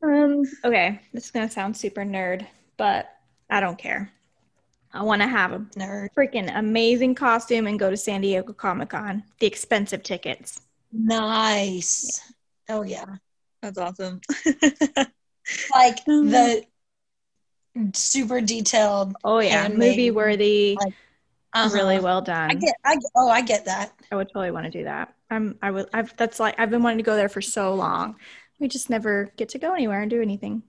Um, okay, this is gonna sound super nerd, but I don't care. I want to have a
Nerd.
freaking amazing costume and go to San Diego Comic Con. The expensive tickets.
Nice. Oh yeah.
That's awesome. [laughs]
Like
Mhm.
the super detailed.
Oh yeah,
Handmade.
movie worthy,
Like, uh-huh.
really well done.
I get. I get- oh, I get that.
I would totally want to do that. I'm. I would. I've. That's like I've been wanting to go there for so long. We just never get to go anywhere and do anything.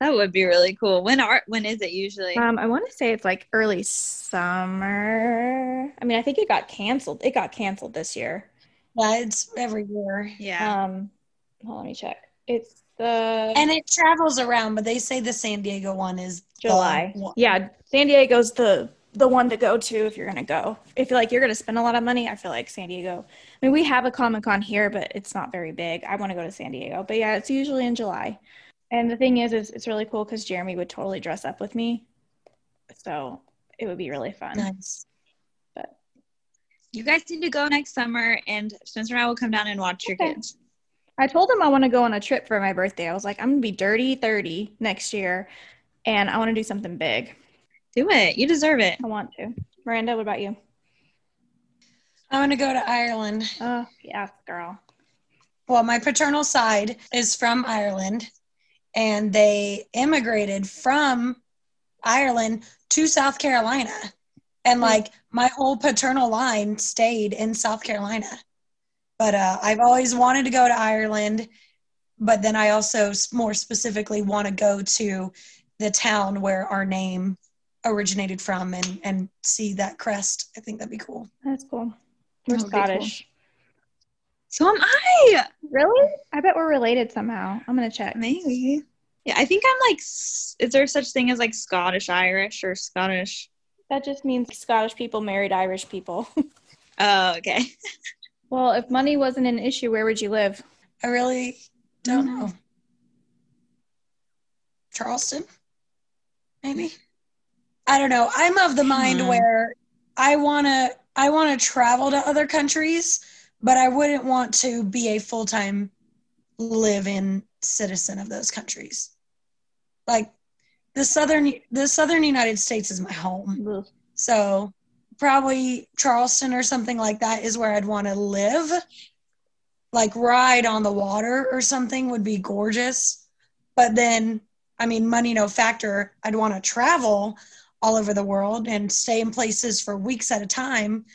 That would be really cool. When are when is it usually?
Um, I want to say it's like early summer. I mean, I think it got canceled. It got canceled this year.
Yeah, it's every year.
yeah.
Um, hold on, let me check. It's the
And it travels around, but they say the San Diego one is the
July.
Um,
one.
Yeah, San Diego's the the one to go to if you're gonna go. If you're like you're gonna spend a lot of money, I feel like San Diego. I mean, we have a Comic Con here, but it's not very big. I want to go to San Diego, but yeah, it's usually in July. And the thing is, is it's really cool because Jeremy would totally dress up with me, so it would be really fun.
Nice.
You guys need to go next summer and Spencer and I will come down and watch your
Okay.
kids.
I told him I want to go on a trip for my birthday. I was like, I'm gonna be dirty thirty next year, and I want to do something big.
Do it. You deserve it.
I want to. Miranda, what about you?
I'm gonna go to Ireland.
Uh,
Oh, yes, girl.
Well, my paternal side is from Ireland, and they immigrated from Ireland to South Carolina. And like my whole paternal line stayed in South Carolina. But uh, I've always wanted to go to Ireland, but then I also s- more specifically want to go to the town where our name originated from and, and see that crest. I think that'd be cool.
That's cool. We're
That would be cool.
Scottish.
So am I.
Really? I bet we're related somehow. I'm gonna check.
Maybe. Yeah, I think I'm like s- is there such thing as like Scottish Irish or Scottish
That just means Scottish people married Irish people. [laughs]
Oh, okay. [laughs]
well, if money wasn't an issue, where would you live?
I really don't know. Charleston, maybe. I don't know. I'm of the mind
Hmm.
where I wanna I wanna travel to other countries, but I wouldn't want to be a full time live in citizen of those countries. Like the southern the southern United States is my home. So probably Charleston or something like that is where I'd want to live. Like ride on the water or something would be gorgeous. But then, I mean, money no factor. I'd want to travel all over the world and stay in places for weeks at a time.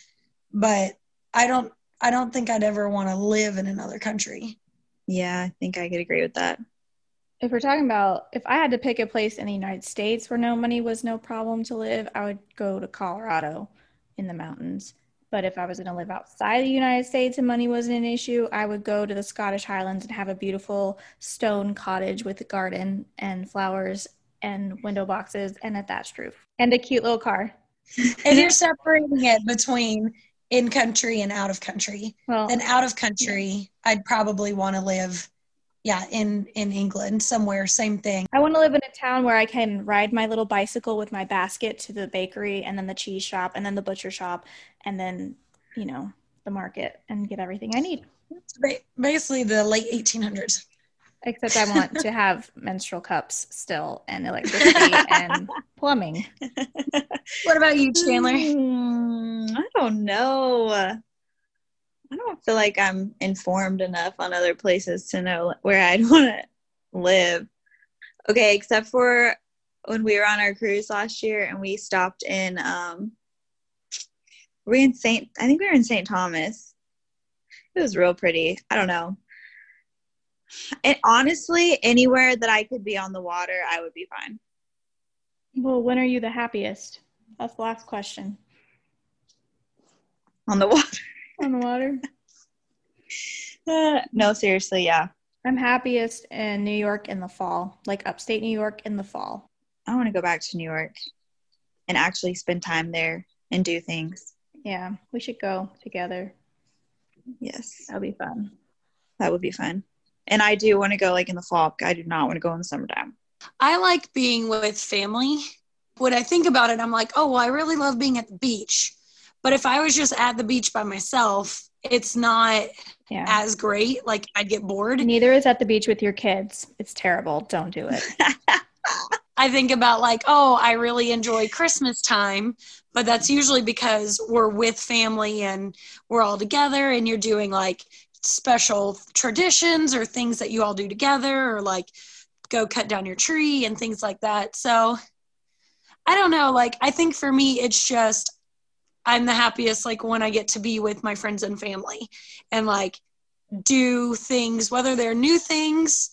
But I don't I don't think I'd ever want to live in another country.
Yeah, I think I could agree with that.
If we're talking about if I had to pick a place in the United States where no money was no problem to live, I would go to Colorado in the mountains. But if I was gonna live outside the United States and money wasn't an issue, I would go to the Scottish Highlands and have a beautiful stone cottage with a garden and flowers and window boxes and a thatched roof and a cute little car.
If you're separating it between in country and out of country,
Well,
then out of country, I'd probably want to live, yeah, in in England somewhere. Same thing.
I want to live in a town where I can ride my little bicycle with my basket to the bakery and then the cheese shop and then the butcher shop and then, you know, the market and get everything I need.
It's ba- basically the late 1800s.
Except I want to have [laughs] menstrual cups still and electricity [laughs] and plumbing.
What about you, Chandler?
Hmm, I don't know. I don't feel like I'm informed enough on other places to know where I'd [laughs] want to live. Okay, except for when we were on our cruise last year and we stopped in um we were in St. I think we were in St. Thomas. It was real pretty. I don't know. And honestly, anywhere that I could be on the water, I would be fine.
Well, when are you the happiest? That's the last question.
On the [laughs] water.
On the water?
Uh, no, seriously, yeah.
I'm happiest in New York in the fall, like upstate New York in the fall.
I want to go back to New York and actually spend time there and do things.
Yeah, we should go together.
Yes,
That'll be fun.
that would be fun. And I do want to go like in the fall. I do not want to go in the summertime.
I like being with family. When I think about it, I'm like, oh, well, I really love being at the beach. But if I was just at the beach by myself, it's not
Yeah.
as great. Like, I'd get bored.
Neither is at the beach with your kids. It's terrible. Don't do it.
I think about, like, oh, I really enjoy Christmas time. But that's usually because we're with family and we're all together and you're doing like special traditions or things that you all do together or like go cut down your tree and things like that. So I don't know. Like, I think for me, it's just I'm the happiest, like, when I get to be with my friends and family and like do things, whether they're new things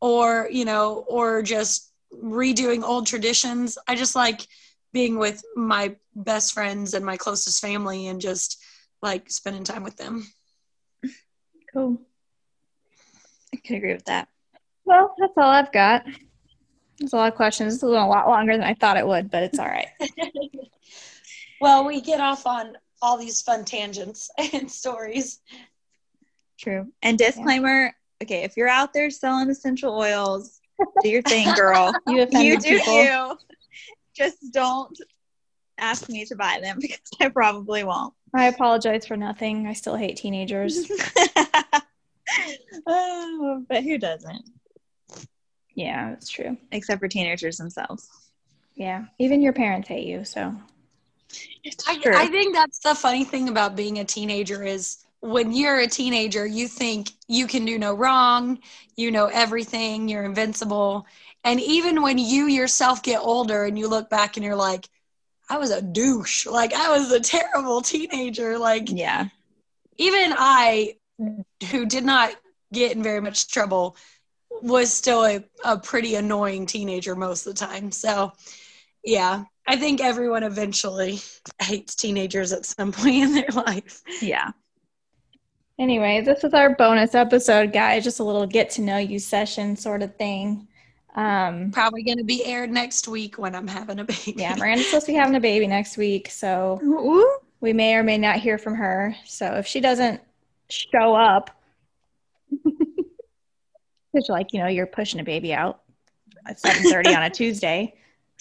or, you know, or just redoing old traditions. I just like being with my best friends and my closest family and just like spending time with them.
Cool.
I could agree with that.
Well, that's all I've got. There's a lot of questions. This is a lot longer than I thought it would, but it's all right.
Well, we get off on all these fun tangents [laughs] and stories.
True. And disclaimer okay, if you're out there selling essential oils, do your thing, girl.
You offend
you
the
do
people.
you. Just don't ask me to buy them [laughs] because I probably won't. [laughs]
I apologize for nothing. I still hate teenagers.
oh, but who doesn't?
yeah, that's true.
Except for teenagers themselves.
Yeah. Even your parents hate you, so
I,
True.
I think that's the funny thing about being a teenager is when you're a teenager, you think you can do no wrong, you know everything, you're invincible. And even when you yourself get older and you look back and you're like, I was a douche, like I was a terrible teenager. Like
Yeah.
even I, who did not get in very much trouble, was still a, a pretty annoying teenager most of the time. So, yeah, I think everyone eventually hates teenagers at some point in their life.
Yeah.
Anyway, this is our bonus episode, guys. Just a little get to know you session sort of thing. Um,
Probably going to be aired next week when I'm having a baby.
yeah, Miranda's supposed to be having a baby next week, so we may or may not hear from her. So if she doesn't show up, [laughs] because like you know you're pushing a baby out at seven thirty on a Tuesday,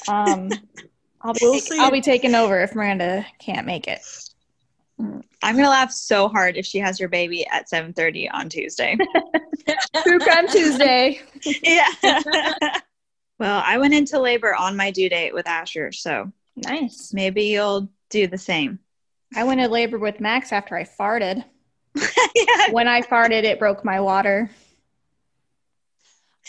um, I'll be
We'll
taking-
see.
I'll be taking over if Miranda can't make it.
I'm gonna laugh so hard if she has her baby at 7:30 on Tuesday.
True Crime Tuesday.
[laughs] yeah. [laughs] well, I went into labor on my due date with Asher, so
Nice.
maybe you'll do the same.
[laughs] I went to labor with Max after I [laughs] farted.
yeah.
When I farted, it broke my water.
[laughs]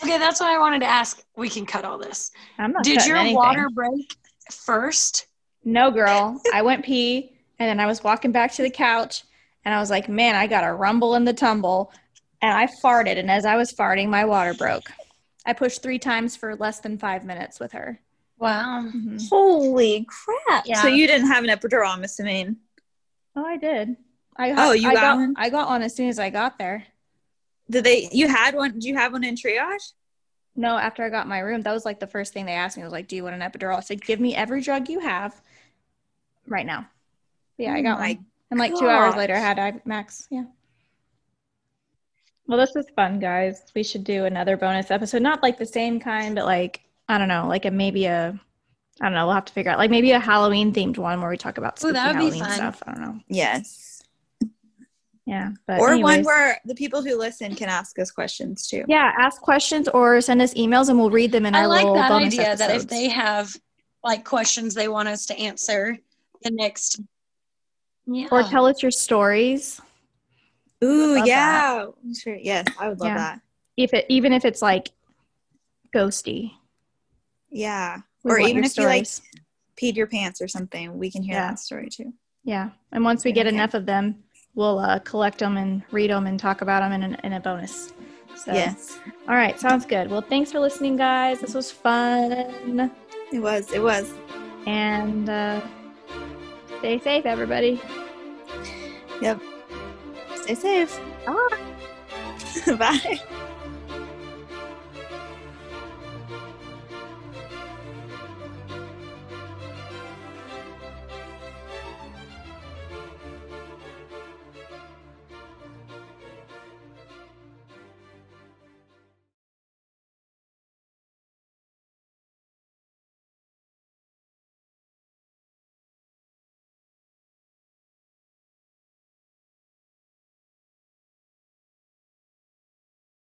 Okay, that's what I wanted to ask. We can cut all this.
I'm not.
Did
cutting
your
anything.
water break first?
No, girl. I went pee and then I was walking back to the couch and I was like, man, I got a rumble in the tumble. And I farted. And as I was farting, my water broke. I pushed three times for less than five minutes with her.
Wow.
Mhm.
Holy crap!
Yeah.
So you didn't have an epidural, I'm assuming.
Oh, I did. I
Oh, you
I
got one?
I got one as soon as I got there.
Did they? You had one? Did you have one in triage?
No, after I got my room, that was like the first thing they asked me was like, "Do you want an epidural?" I said, "Give me every drug you have right now." But yeah, I got
Oh my
one. And like two hours
gosh.
later, I had IMAX. Yeah. Well, this is fun, guys. We should do another bonus episode, not like the same kind, but like I don't know, like a maybe a I don't know. We'll have to figure out like maybe a Halloween themed one where we talk about
Ooh,
spooky
that would be
Halloween
fun.
stuff. I don't know.
Yes.
Yeah, but
or one
anyways.
where the people who listen can ask us questions too.
yeah, ask questions or send us emails and we'll read them in
I
our
like
little
that
bonus
idea that if
episodes.
they have like questions they want us to answer the next yeah.
or tell us your stories.
Ooh,
Love
yeah. Sure. Yes, I would love
Yeah.
that.
if it even if it's like ghosty
Yeah.
We
Or
want
even
your
if you, like,
stories.
Peed your pants or something. We can hear
Yeah.
that story too.
yeah and once we get
Okay.
enough of them we'll uh, collect them and read them and talk about them in, an, in a bonus so
Yes.
all right sounds good well thanks for listening guys this was fun
It was. It was.
and uh, stay safe everybody
Stay safe. [laughs] Bye. Bye.